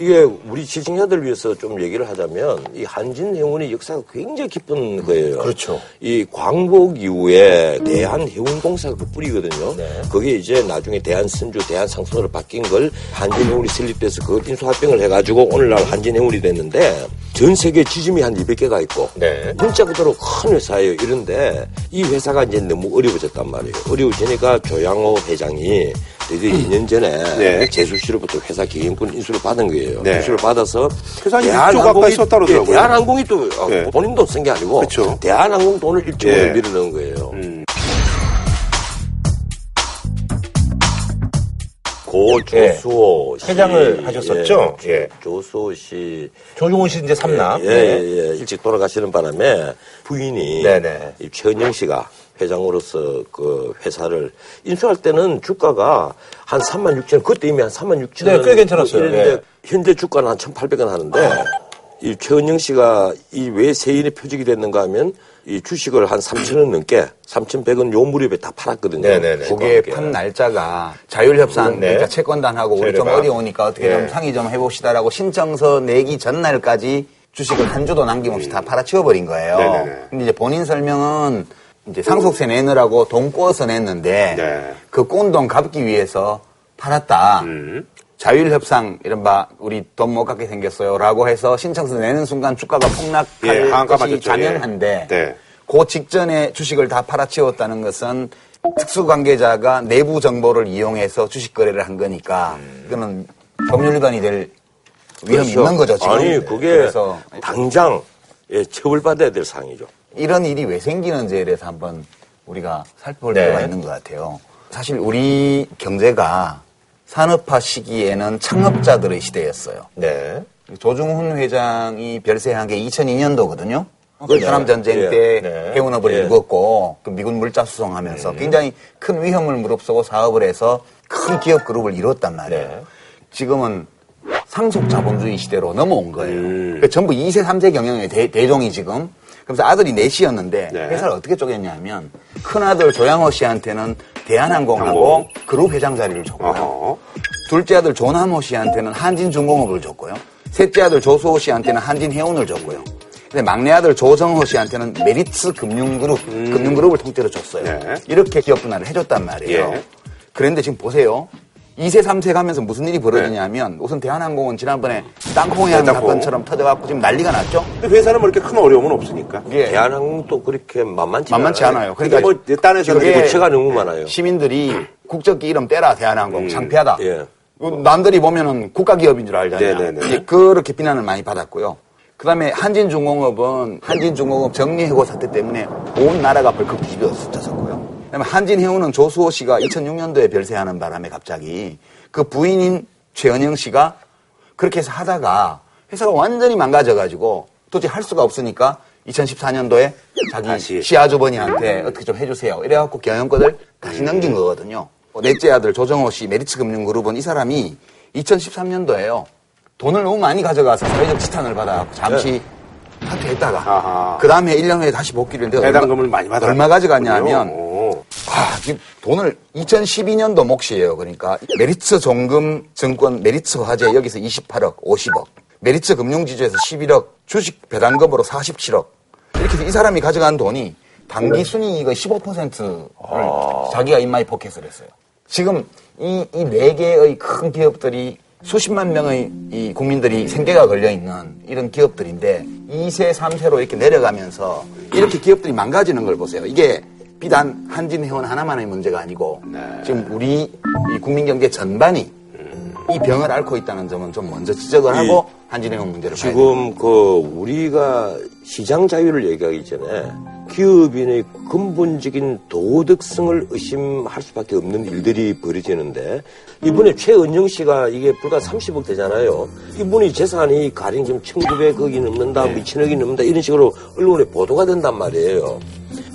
B: 이게 우리 우리 지식인들 위해서 좀 얘기를 하자면 이 한진 해운의 역사가 굉장히 깊은 거예요.
H: 그렇죠.
B: 이 광복 이후에 대한해운공사가 그 뿌리거든요.
H: 네.
B: 그게 이제 나중에 대한선주, 대한상선으로 바뀐 걸 한진해운이 설립돼서 그 인수합병을 해가지고 오늘날 한진해운이 됐는데 전 세계 지점이 한 200개가 있고
H: 네.
B: 진짜 그대로 큰 회사예요. 이런데 이 회사가 이제 너무 어려워졌단 말이에요. 어려워지니까 조양호 회장이 되게 2년 전에
A: 네.
B: 재수 씨로부터 회사 경영권 인수를 받은 거예요.
A: 네.
B: 인수를 받아서
A: 회사 한6조 가까이 썼다 그러더라고요.
B: 예, 대한항공이 또 어,
A: 네.
B: 본인도 쓴 게 아니고
A: 그쵸. 음.
B: 대한항공 돈을 1조
A: 예.
B: 원을 밀어넣은 거예요. 고 조수호 씨.
A: 예. 회장을 하셨었죠?
B: 예,
A: 예.
B: 조수호 씨
A: 조중훈 씨 이제 삼남.
B: 예, 예, 예. 일찍 돌아가시는 바람에 부인이
A: 네네.
B: 이 최은영 씨가 회장으로서 그 회사를 인수할 때는 주가가 한 3만 6천 원, 그때 이미 한 3만 6천 원.
A: 네, 꽤 괜찮았어요.
B: 이랬는데
A: 예.
B: 현재 주가는 한 1,800원 하는데 이 최은영 씨가 이 왜 세인에 표직이 됐는가 하면 이 주식을 한 3천 원 넘게 3,100원 요 무렵에 다 팔았거든요.
A: 네네네.
B: 주가와
C: 그게
B: 함께.
C: 판 날짜가 자율협상 그러니까 채권단하고 우리 좀
A: 자율협상.
C: 어려우니까 어떻게
A: 예.
C: 좀 상의 좀 해봅시다라고 신청서 내기 전날까지 주식을 한 주도 남김없이 다 팔아치워버린 거예요.
A: 네네네.
C: 근데 이제 본인 설명은 이제 상속세 내느라고 돈 꼬아서 냈는데
A: 네.
C: 그 꼰 돈 갚기 위해서 팔았다.
A: 음.
C: 자율협상 이른바 우리 돈 못 갚게 생겼어요라고 해서 신청서 내는 순간 주가가 폭락할
A: 예, 하한가
C: 것이
A: 맞았죠. 예.
C: 자명한데
A: 네.
C: 그 직전에 주식을 다 팔아치웠다는 것은 특수관계자가 내부 정보를 이용해서 주식 거래를 한 거니까 이거는 법률위반이 될 위험이
B: 그래서
C: 있는 거죠 지금.
B: 그렇죠.
C: 네.
B: 아니, 그게
C: 그래서
B: 당장 예, 처벌받아야 될 상이죠.
C: 이런 일이 왜 생기는지에 대해서 한번 우리가 살펴볼 필요가 있는 것 같아요. 사실 우리 경제가 산업화 시기에는 창업자들의 시대였어요.
A: 네.
C: 조중훈 회장이 별세한 게 2002년도거든요. 베트남 전쟁
B: 예.
C: 때
A: 어, 그렇죠. 네. 예.
C: 해운업을
B: 예.
C: 일궜고 그 미군 물자 수송하면서 굉장히 큰 위험을 무릅쓰고 사업을 해서 큰 기업 그룹을 이뤘단 말이에요.
A: 네.
C: 지금은 상속 자본주의 시대로 넘어온 거예요.
A: 음.
C: 그러니까 전부 2세, 3세 경영의 대, 종이 지금. 그래서 아들이 넷이었는데
A: 네.
C: 회사를 어떻게 쪼갰냐면 큰아들 조양호 씨한테는 대한항공하고
A: 항공.
C: 그룹 회장 자리를 줬고요.
A: 어허.
C: 둘째 아들 조남호 씨한테는 한진중공업을 줬고요. 셋째 아들 조수호 씨한테는 한진해운을 줬고요. 근데 막내 아들 조정호 씨한테는 메리츠 금융그룹, 금융그룹을 통째로 줬어요.
A: 네.
C: 이렇게 기업 분할을 해줬단 말이에요.
A: 예.
C: 그런데 지금 보세요. 2세, 3세 가면서 무슨 일이 벌어지냐면 우선 대한항공은 지난번에 땅콩이 한
A: 땅콩.
C: 사건처럼 터져갖고 지금 난리가 났죠?
A: 근데 회사는 뭐 이렇게 큰 어려움은 없으니까.
C: 예.
B: 대한항공도 그렇게 만만치
C: 만만치 않아요.
B: 그러니까
A: 뭐 이제 딴 회사는
C: 그게
B: 부채가 너무 많아요.
C: 예. 시민들이 국적기 이름 떼라 대한항공 창피하다.
B: 예.
C: 어, 남들이 보면은 국가기업인 줄 알잖아요.
A: 네네네.
C: 이제 그렇게 비난을 많이 받았고요. 그다음에 한진중공업은 한진중공업 정리해고 사태 때문에 온 나라가 벌컥 뒤집어졌었고요. 그다음에 한진해운은 조수호 씨가 2006년도에 별세하는 바람에 갑자기 그 부인인 최은영 씨가 그렇게 해서 하다가 회사가 완전히 망가져가지고 도저히 할 수가 없으니까 2014년도에 자기
A: 다시.
C: 시아주버니한테 어떻게 좀 해주세요. 이래갖고 경영권을
A: 네.
C: 다시 넘긴 거거든요. 어, 넷째 아들 조정호 씨 메리츠 금융그룹은 이 사람이 2013년도에요. 돈을 너무 많이 가져가서 사회적 지탄을 받아갖고 잠시
A: 네. 아하.
C: 사퇴했다가 그 다음에 1년 후에 다시 복귀를 했는데
A: 배당금을
C: 얼마-
A: 많이 받아.
C: 얼마 가져갔냐면
A: 오.
C: 아, 이 돈을 2012년도 몫이에요. 그러니까 메리츠 종금 증권 메리츠 화재 여기서 28억, 50억, 메리츠 금융지주에서 11억, 주식 배당금으로 47억. 이렇게 해서 이 사람이 가져간 돈이 단기 순이익의 15%를 자기가 인마이 포켓을 했어요. 지금 이 이 네 개의 큰 기업들이 수십만 명의 이 국민들이 생계가 걸려 있는 이런 기업들인데 2세, 3세로 이렇게 내려가면서 이렇게 기업들이 망가지는 걸 보세요. 이게 비단 한진해운 하나만의 문제가 아니고
B: 네.
C: 지금 우리 이 국민 경제 전반이
B: 음.
C: 이 병을 앓고 있다는 점은 좀 먼저 지적을 하고 한진해운 문제를 봐야 돼요.
B: 지금 그 우리가 시장 자유를 얘기하기 전에 기업인의 근본적인 도덕성을 의심할 수밖에 없는 일들이 벌어지는데 이번에 최은영 씨가 이게 불과 30억 되잖아요. 이분이 재산이 가령 지금 1900억이 넘는다, 2000억이 넘는다 이런 식으로 언론에 보도가 된단 말이에요.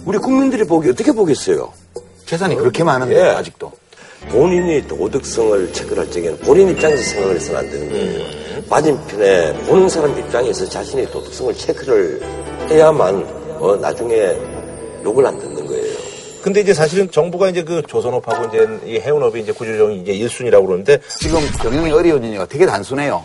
B: 우리 국민들이 보기 어떻게 보겠어요?
C: 재산이 그렇게 많은데
B: 예.
C: 아직도.
B: 본인의 도덕성을 체크할 적에는 본인 입장에서 생각을 해서는 안 되는 거예요.
A: 음.
B: 맞은편에 보는 사람 입장에서 자신의 도덕성을 체크를 해야만 어, 나중에 욕을 안 듣는 거예요.
A: 근데 이제 사실은 정부가 이제 그 조선업하고 이제 이 해운업이 이제 구조조정이 이제 1순위라고 그러는데
C: 지금 경영이 어려운 이유가 되게 단순해요.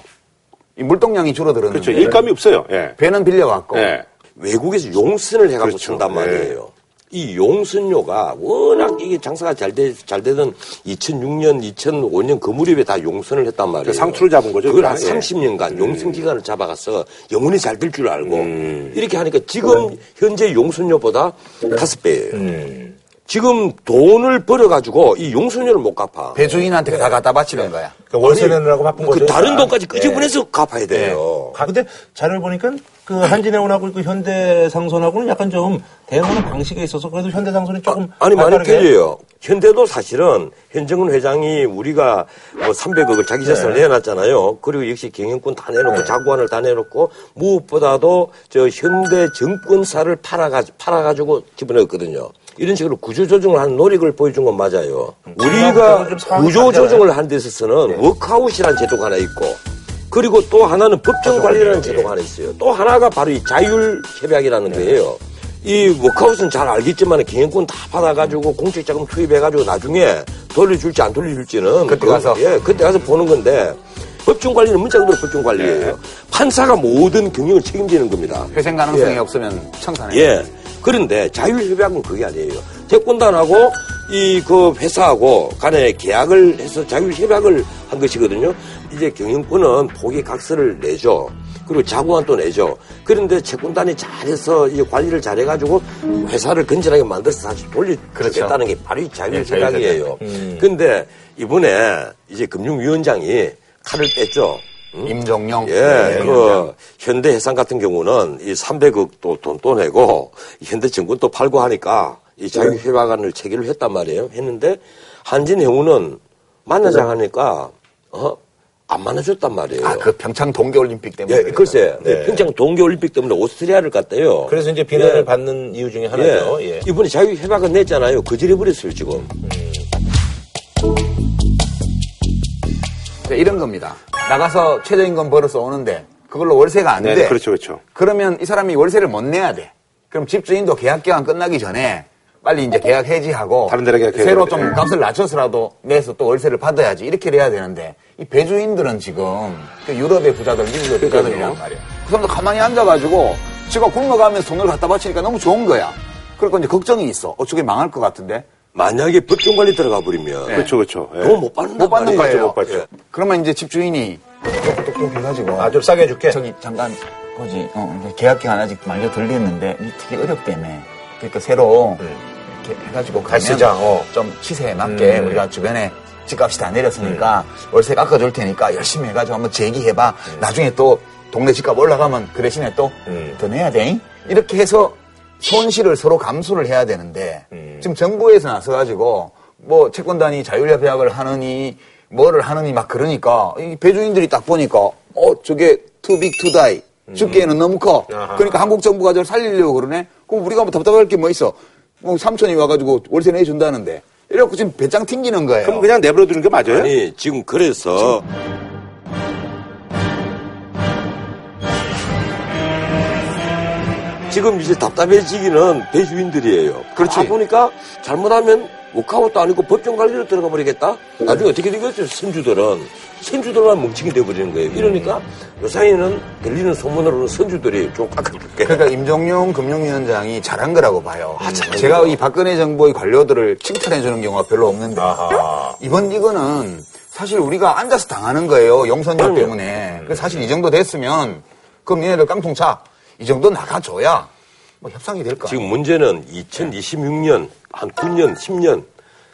C: 이 물동량이 줄어들었는데
A: 그렇죠. 일감이 없어요. 예.
C: 배는 빌려왔고
A: 예.
B: 외국에서 용선을 해가지고
A: 그렇죠.
B: 쓴단 말이에요. 이 용선료가 워낙 이게 장사가 잘, 되, 잘 되던 2006년, 2005년 그 무렵에 다 용선을 했단 말이에요.
A: 상투를 잡은 거죠,
B: 그걸
A: 그냥?
B: 한
A: 예.
B: 30년간 용선 기간을 잡아가서 영원히 잘 될 줄 알고
A: 음.
B: 이렇게 하니까 지금 현재 용선료보다 다섯 배예요
A: 음.
B: 지금 돈을 벌어가지고 이 용선료를 못 갚아.
C: 배주인한테 다 갖다
B: 예.
C: 바치는 거야.
A: 그러니까 월세 내느라고 바쁜
B: 그
A: 거죠.
B: 다른 돈까지
A: 예.
B: 끄집어내서 갚아야 돼요.
H: 아, 근데 자료를 보니까 그 한진해운하고 그 현대상선하고는 약간 좀 대응하는 방식에 있어서 그래도 현대상선이 조금
B: 아니 많이
H: 발빠르게
B: 틀려요. 현대도 사실은 현정은 회장이 우리가 뭐 300억을 자기 재산을
H: 네.
B: 내놨잖아요. 그리고 역시 경영권 다 내놓고 자구안을 다 내놓고 무엇보다도 저 현대 정권사를 팔아가 팔아가지고 집어넣었거든요. 이런 식으로 구조조정을 하는 노력을 보여준 건 맞아요. 우리가
H: 좀 상황이
B: 구조조정을 하는 데
C: 네.
B: 있어서는 워크아웃이라는 제도가 하나 있고 그리고 또 하나는 법정 관리라는 제도가 하나 있어요. 또 하나가 바로 이 자율 협약이라는
C: 네.
B: 거예요. 이 워크아웃은 잘 알겠지만 경영권 다 받아가지고 공적자금 투입해가지고 나중에 돌려줄지 안 돌려줄지는
C: 그때
B: 그거-
C: 가서.
B: 예, 그때 가서 보는 건데 법정 관리는 문자 그대로 법정 관리예요. 판사가 모든 경영을 책임지는 겁니다.
C: 네. 회생 가능성이
B: 예.
C: 없으면 청산해.
B: 예. 그런데 자율협약은 그게 아니에요. 채권단하고 이 그 회사하고 간에 계약을 해서 자율협약을 한 것이거든요. 이제 경영권은 포기 각서를 내죠. 그리고 자구안 또 내죠. 그런데 채권단이 잘해서 이 관리를 잘해가지고 회사를 건전하게 만들어서 다시 돌려주겠다는 게 바로 이 그렇죠. 네, 자율협약이에요. 음. 그런데 이번에 이제 금융위원장이 칼을 뺐죠.
C: 임종용.
B: 예,
C: 네,
B: 그 현대해상 같은 경우는 이 300억도 돈 또 내고 현대증권 또 팔고 하니까 이 자유협약안을 체결을 했단 말이에요. 했는데 한진해운은 만나자 하니까 어 안 만나줬단 말이에요.
C: 아, 그 평창 동계올림픽 때문에.
B: 예,
C: 그랬죠.
B: 글쎄 평창 동계올림픽 때문에 오스트리아를 갔대요.
H: 그래서 이제 비난을
B: 예.
H: 받는 이유 중에 하나죠. 예.
B: 이번에 자유협약은 냈잖아요. 거절해버렸어요 지금.
C: 자, 네, 이런 겁니다. 나가서 최저임금 벌어서 오는데 그걸로 월세가 안
A: 네,
C: 돼.
A: 네, 그렇죠, 그렇죠.
C: 그러면 이 사람이 월세를 못 내야 돼. 그럼 집주인도 계약 기간 끝나기 전에 빨리 이제 계약 해지하고
A: 다른 데로 계약 해지해야
C: 새로
A: 돼.
C: 좀 값을 낮춰서라도 내서 또 월세를 받아야지 이렇게 해야 되는데 이 배주인들은 지금 그 유럽의 부자들, 미국의 부자들이란 말이야. 그 사람도 가만히 앉아가지고 지가 굶어가면서 돈을 갖다 바치니까 너무 좋은 거야. 그러니까 이제 걱정이 있어. 어, 저게 망할 것 같은데.
B: 만약에 법정관리 들어가 버리면
A: 그렇죠, 그렇죠. 예.
B: 돈못 받는단
C: 못 받는
B: 말이에요.
C: 거예요.
A: 못 받죠.
C: 그러면 이제 집주인이 똑똑똑 해가지고
H: 아, 좀 싸게 해줄게.
C: 저기 잠깐 뭐지 어, 이제 계약 기간 아직 말려 들렸는데 이 되게 어렵다며 그러니까 새로 이렇게 해가지고 가면
H: 쓰자, 어.
C: 좀 시세에 맞게 우리가 주변에 집값이 다 내렸으니까 월세 깎아줄 테니까 열심히 해가지고 한번 제기해봐 나중에 또 동네 집값 올라가면 그 대신에 또 더 내야 돼 이렇게 해서 손실을 서로 감수를 해야 되는데
A: 음.
C: 지금 정부에서 나서가지고 뭐 채권단이 자율협약을 하느니 뭐를 하느니 막 그러니까 이 배주인들이 딱 보니까 어 저게 too big to die
A: 음.
C: 죽기에는 너무 커 그러니까 한국 정부가 저를 살리려고 그러네 그럼 우리가 뭐 답답할 게 뭐 있어 뭐 삼촌이 와가지고 월세 내준다는데 이래갖고 지금 배짱 튕기는 거예요
A: 그럼 그냥 내버려 두는 게 맞아요?
B: 아니 지금 그래서 지금 이제 답답해지기는 배주인들이에요. 그렇지. 보니까 잘못하면 워크아웃도 아니고 법정 관리로 들어가 버리겠다. 나중에 어떻게 되겠어요? 선주들은 선주들만 뭉치게 돼버리는 거예요. 이러니까 요사이는 들리는 소문으로는 선주들이 좀 깎아줄게.
C: 그러니까 임종용 금융위원장이 잘한 거라고 봐요. 음, 제가 이 박근혜 정부의 관료들을 칭찬해 주는 경우가 별로 없는데 이번 이거는 사실 우리가 앉아서 당하는 거예요. 용선료 때문에. 그래서 사실 이 정도 됐으면 그럼 얘네들 깡통 차. 이 정도 나가줘야 뭐 협상이 될까?
B: 지금 문제는 2026년 한 9년, 10년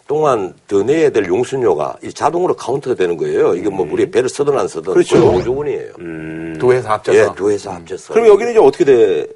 B: 동안 더 내야 될 용수료가 이 자동으로 카운트가 되는 거예요. 이게 뭐 우리 배를 쓰든 안 쓰든
A: 그렇죠.
B: 5조 원이에요.
C: 두 회사 합쳐서
B: 예, 두 회사 합쳐서.
A: 그럼 여기는 이제 어떻게 돼?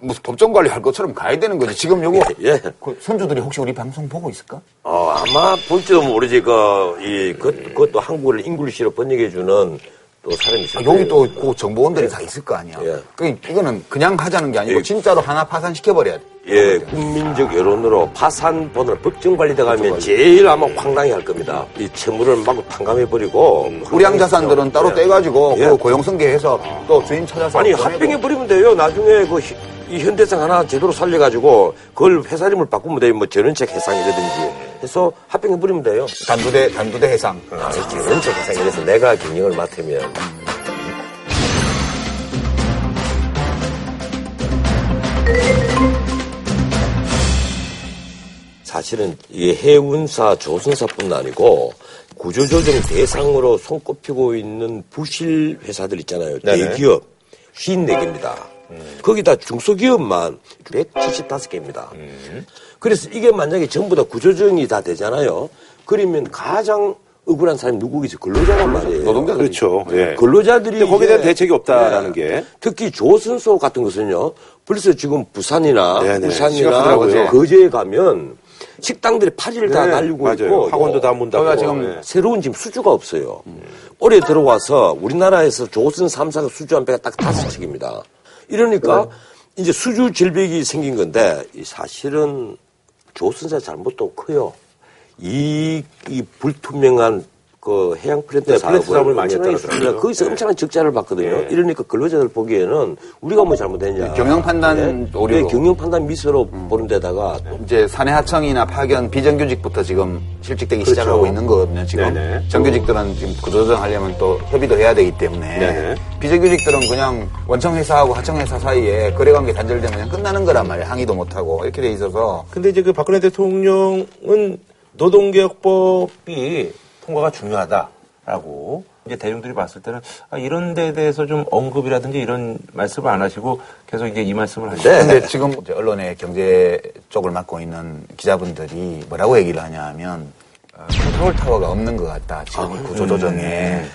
C: 무슨 법정 관리할 것처럼 가야 되는 거지. 지금 요거
B: 예.
C: 그 선주들이 혹시 우리 방송 보고 있을까?
B: 어, 아마 볼지도 모르지 그이 그것, 그것도 한국어를 잉글리시로 번역해 주는 또 사람이 있을
C: 아,
B: 거예요.
C: 여기 또 그 정보원들이 다 있을 거 아니야.
B: 예.
C: 그 이거는 그냥 하자는 게 아니고
B: 예.
C: 진짜로 하나 파산시켜버려야 돼.
B: 예, 국민적 여론으로 파산 번호 법정관리대 가면 제일 아마 황당해 할 겁니다. 이 채무를 막 탕감해 버리고
C: 우량 자산들은 따로 떼가지고
B: 예.
C: 그 고용성계해서 또 주인 찾아서
B: 아니
C: 보내고.
B: 합병해 버리면 돼요. 나중에 그 희- 이 현대상 하나 제대로 살려가지고 그걸 회사 이름을 바꾸면 돼요. 뭐 전원책 해상이라든지 해서 합병해 버리면 돼요. 어.
C: 단두대 단두대 해상
B: 아, 전원책 해상 이래서 내가 경영을 맡으면 사실은 이 해운사, 조선사뿐 아니고 구조조정 대상으로 손꼽히고 있는 부실 회사들 있잖아요.
A: 네네. 음.
B: 대기업 54개입니다. 거기다 중소기업만 175개입니다.
A: 음.
B: 그래서 이게 만약에 전부 다 구조조정이 다 되잖아요. 그러면 가장 억울한 사람이 누구겠어요? 근로자란 말이에요.
A: 음. 노동자들이죠. 그렇죠. 예.
B: 근로자들이
A: 근데 거기에 대한
B: 이제- 네.
A: 대책이 없다라는 게.
B: 특히 조선소 같은 것은요. 벌써 지금 부산이나
A: 네네. 심각하더라고요. 예.
B: 부산이나 거제에 가면 식당들이 파리를 다
A: 네,
B: 날리고
A: 맞아요.
B: 있고
A: 학원도 다문 닫고.
B: 거기가
A: 네.
B: 지금 새로운 지금 수주가 없어요. 올해 들어와서 우리나라에서 조선 3사가 수주한 배가 딱 다섯 척입니다. 이러니까
A: 네.
B: 이제 수주 질벽이 생긴 건데 이 사실은 조선사 잘못도 커요. 이, 이 불투명한 그 해양 플랜트
A: 네,
B: 사업을
A: 플랜트 사업을 많이 했다는
B: 엄청나게
A: 소리죠.
B: 거기서
A: 네.
B: 엄청난 적자를 봤거든요.
A: 예.
B: 이러니까 근로자들 보기에는 우리가 뭐 잘못했냐.
C: 경영 판단 오류로. 음.
B: 네, 경영 판단 미스로 보는 데다가 또
C: 이제 사내 하청이나 파견 비정규직부터 지금 실직되기 시작하고 있는 거거든요. 지금
A: 네네.
C: 정규직들은 지금 구조조정하려면 또 협의도 해야 되기 때문에
A: 네네.
C: 비정규직들은 그냥 원청 회사하고 하청 회사 사이에 거래 관계 단절되면 그냥 끝나는 거란 말이에요. 항의도 못 하고 이렇게 돼 있어서
A: 근데 이제 그 박근혜 대통령은 노동개혁법이
H: 통과가 중요하다라고 이제 대중들이 봤을 때는 아, 이런 데에 대해서 좀 언급이라든지 이런 말씀을 안 하시고 계속 이제 이 말씀을 하시죠.
C: 근데 지금 네. 이제 언론의 경제 쪽을 맡고 있는 기자분들이 뭐라고 얘기를 하냐면 어, 컨트롤 타워가 없는 것 같다.
B: 아,
C: 지금 이 구조조정에
B: 네.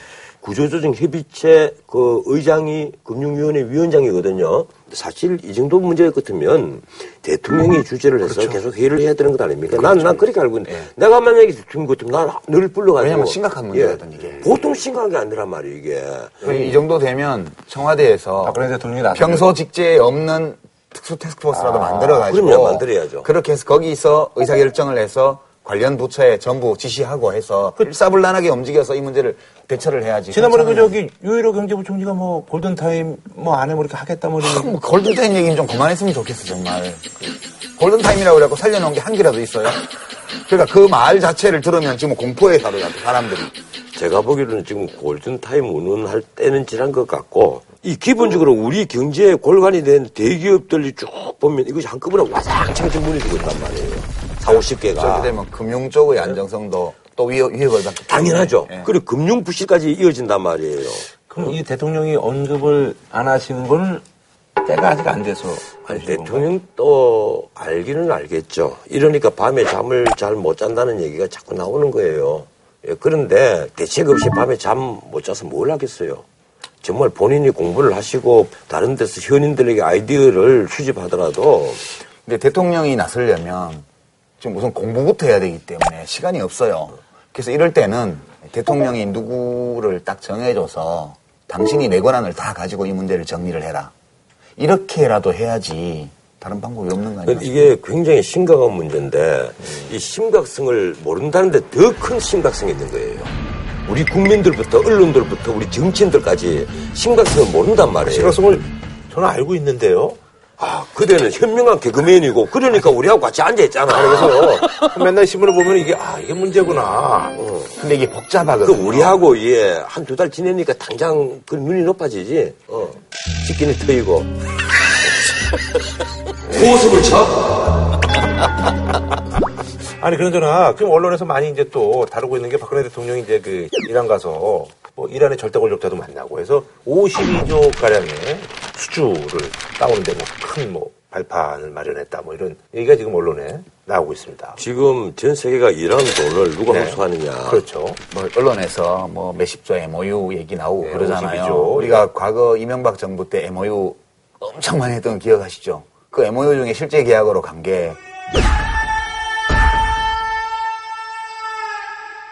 B: 구조조정 협의체 그 의장이 금융위원회 위원장이거든요. 사실 이 정도 문제 같으면 대통령이 주재를 해서
C: 그렇죠.
B: 계속 회의를 해야 되는 것 아닙니까? 난, 난 그렇게 알고 있는데 내가 만약에 대통령 같으면 난 늘 불러가지고.
C: 예.
B: 예.
C: 왜냐면 심각한 문제거든, 이게.
B: 보통 심각한 게 아니란 말이에요, 이게.
C: 그 이 정도 되면
A: 아,
C: 청와대에서
H: 박근혜 대통령이 나서는
C: 평소 직제에 없는 특수 테스크포스라도 만들어가지고
B: 그럼요, 만들어야죠.
C: 그렇게 해서 거기서 의사결정을 해서 관련 부처에 전부 지시하고 해서 일사불란하게 움직여서 이 문제를 대처를 해야지.
H: 지난번에 그 저기 유일호 경제부총리가 뭐 골든타임 뭐 안에 뭐 이렇게 하겠다 뭐 이런
C: 참, 그 골든타임 얘기는 좀 그만했으면 좋겠어 정말. 그 골든타임이라고 그래갖고 살려놓은 게 한 개라도 있어요. 그러니까 그 말 자체를 들으면 지금 공포에 사로잡혀 사람들이.
B: 제가 보기로는 지금 골든타임 운운할 때는 지난 것 같고, 이 기본적으로 우리 경제의 골간이 된 대기업들이 쭉 보면 이것이 한꺼번에 와장창 문해지고 있단 말이에요. 40, 50개가.
C: 저렇게 되면 금융 쪽의 안정성도 또 위협, 위협을 받기 때문에.
B: 당연하죠.
C: 예.
B: 그리고 금융 부실까지 이어진단 말이에요.
H: 그럼 이 대통령이 언급을 안 하시는 거는 때가 아직 안 돼서
B: 아니,
H: 하시는 건가요?
B: 대통령도 알기는 알겠죠. 이러니까 밤에 잠을 잘 못 잔다는 얘기가 자꾸 나오는 거예요. 예, 그런데 대책 없이 밤에 잠 못 자서 뭘 하겠어요. 정말 본인이 공부를 하시고 다른 데서 현인들에게 아이디어를 수집하더라도
C: 근데 대통령이 나서려면 지금 우선 공부부터 해야 되기 때문에 시간이 없어요. 그래서 이럴 때는 대통령이 누구를 딱 정해줘서 당신이 내 권한을 다 가지고 이 문제를 정리를 해라. 이렇게라도 해야지 다른 방법이 없는 거 아니에요?
B: 이게 굉장히 심각한 문제인데
H: 음.
B: 이 심각성을 모른다는데 더 큰 심각성이 있는 거예요. 우리 국민들부터 언론들부터 우리 정치인들까지 심각성을 모른단 말이에요.
A: 실효성을 저는 알고 있는데요.
B: 아, 그대는 현명한 개그맨이고 그러니까 우리하고 같이 앉아있잖아. 그래서
A: 맨날 신문을 보면 이게 아 이게 문제구나.
H: 어.
C: 근데 이게
B: 그
C: 복잡하거든요.
B: 우리하고 예, 한 두 달 지내니까 당장 그 눈이 높아지지. 어. 치킨이 트이고. 고습을 쳐?
A: 아니 그런저나 지금 언론에서 많이 이제 또 다루고 있는 게 박근혜 대통령이 이제 그 이란 가서 뭐 이란의 절대 권력자도 만나고 해서 52조 가량의 수주를 따오는데 뭐 큰 뭐 발판을 마련했다 뭐 이런 얘기가 지금 언론에 나오고 있습니다.
B: 지금 전 세계가 이런 돈을 누가
A: 네.
B: 호소하느냐.
A: 그렇죠.
C: 뭐 언론에서 뭐 몇십조 MOU 얘기 나오고
A: 네,
C: 그러잖아요.
A: 50이죠.
C: 우리가 과거 이명박 정부 때 MOU 엄청 많이 했던 거 기억하시죠? 그 MOU 중에 실제 계약으로 간 게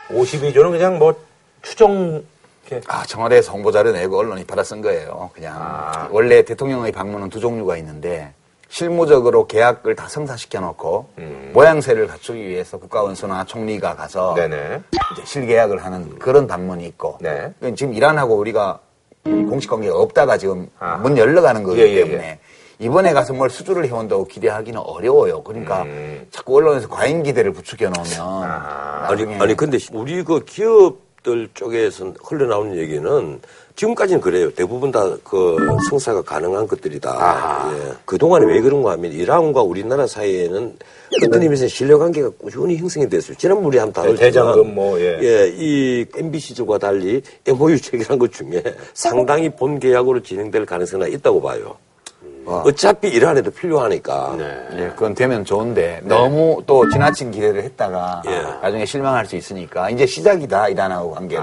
A: 52조는 그냥 뭐 추정 이렇게
C: 아, 청와대에서 홍보자료 내고 언론이 받아 쓴 거예요. 그냥.
A: 아.
C: 원래 대통령의 방문은 두 종류가 있는데, 실무적으로 계약을 다 성사시켜 놓고, 모양새를 갖추기 위해서 국가원수나 총리가 가서,
A: 음. 네네.
C: 이제 실계약을 하는 그런 방문이 있고,
A: 네.
C: 그건 지금 이란하고 우리가 공식관계가 없다가 지금
A: 아.
C: 문 열려가는 거기
A: 예, 예, 예.
C: 때문에, 이번에 가서 뭘 수주를 해온다고 기대하기는 어려워요. 그러니까 자꾸 언론에서 과잉 기대를 부추겨 놓으면.
B: 아니,
A: 예.
C: 나중에
B: 아니, 근데 우리 그 기업 기업들 쪽에서 흘러나오는 얘기는 지금까지는 그래요. 대부분 다 그 성사가 가능한 것들이다. 예. 그동안에 왜 그런가 하면 이란과 우리나라 사이에는 어떤 의미에서 신뢰관계가 꾸준히 형성이 됐어요. 지난번 우리 한 다뤘지만
A: 대장금 뭐, 예.
B: 예, 이 MBC들과 달리 MOU 체결한 것 중에 상당히 본 계약으로 진행될 가능성이 있다고 봐요.
A: 음.
B: 어차피 이란에도 필요하니까.
C: 예, 그건 되면 좋은데 너무 또 지나친 기대를 했다가
B: 예.
C: 나중에 실망할 수 있으니까 이제 시작이다 이란하고 관계는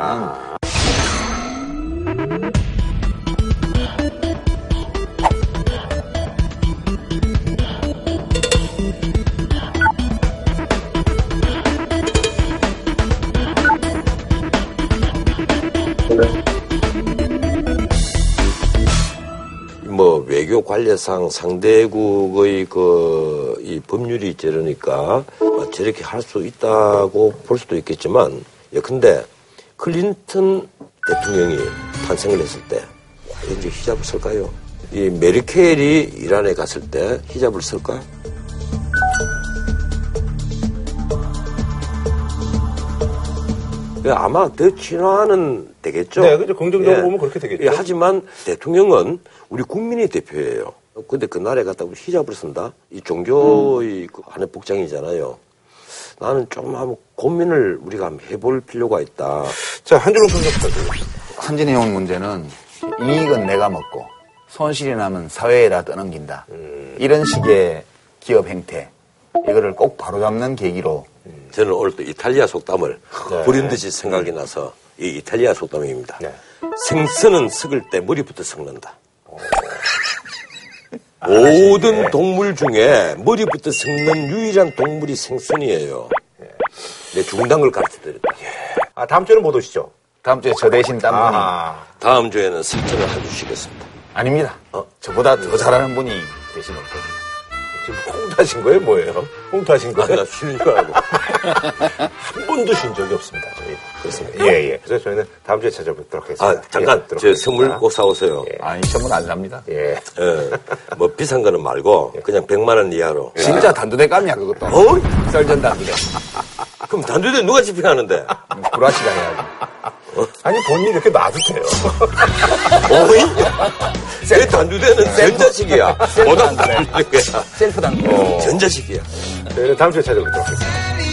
B: 뭐 외교 관례상 상대국의 그 이 법률이 저러니까 뭐 저렇게 할 수 있다고 볼 수도 있겠지만 예 근데 클린턴 대통령이 탄생을 했을 때 과연 이제 히잡을 쓸까요? 이 메리켈이 이란에 갔을 때 히잡을 쓸까? 예, 아마 더 친화는 되겠죠.
A: 네, 그죠. 긍정적으로 보면 그렇게 되겠죠.
B: 예, 하지만 대통령은 우리 국민의 대표예요. 어, 근데 그날에 갔다 우리 히잡을 쓴다? 이
A: 음.
B: 종교의 그 안에 복장이잖아요. 나는 좀 한번 고민을 우리가 한번 해볼 필요가 있다.
A: 자, 한줄로 평가 부탁드립니다.
C: 선진해온 문제는 이익은 내가 먹고 손실이 나면 사회에다 떠넘긴다 이런 식의 기업 행태 이거를 꼭 바로잡는 계기로
B: 저는 오늘 또 이탈리아 속담을
A: 네.
B: 부린 듯이 생각이 나서 이 이탈리아 속담입니다. 생선은 썩을 때 머리부터 썩는다.
A: 아,
B: 모든
A: 예.
B: 동물 중에 머리부터 썩는 유일한 동물이 생선이에요.
A: 예.
B: 내 중당을 가르쳐 드렸다.
A: 아, 다음 주에는 못 오시죠?
C: 다음 주에 저 대신 딴 분이
A: 아,
B: 다음 주에는 설정을 해주시겠습니다.
C: 아닙니다 저보다 더 잘하는 분이 대신 올 겁니다
A: 어, 지금 홍투하신 거예요? 뭐예요? 홍투하신
B: 아,
A: 거예요?
B: 나 쉬는 줄 알고.
A: 한 번도 쉰 적이 없습니다, 저희. 그렇습니다. 예, 예. 그래서 저희는 다음 주에 찾아뵙도록 하겠습니다.
B: 아, 잠깐.
A: 예,
B: 제 선물 꼭 사오세요.
C: 아니 전문 안 납니다
A: 예.
B: 예. 뭐 비싼 거는 말고 그냥 100만 원 이하로.
C: 진짜 단두대감이야 그것도
B: 어?
C: 썰전 단두대
B: 그럼 단두대 누가 집행하는데?
C: 구라치가 해야지
A: 아니, 본인 이렇게 놔도 돼요.
B: 오이? 내 단두대는 전자식이야. 보다
C: 셀프 단두대
B: 전자식이야.
A: 저희는 다음 주에 네, 찾아뵙도록 하겠습니다.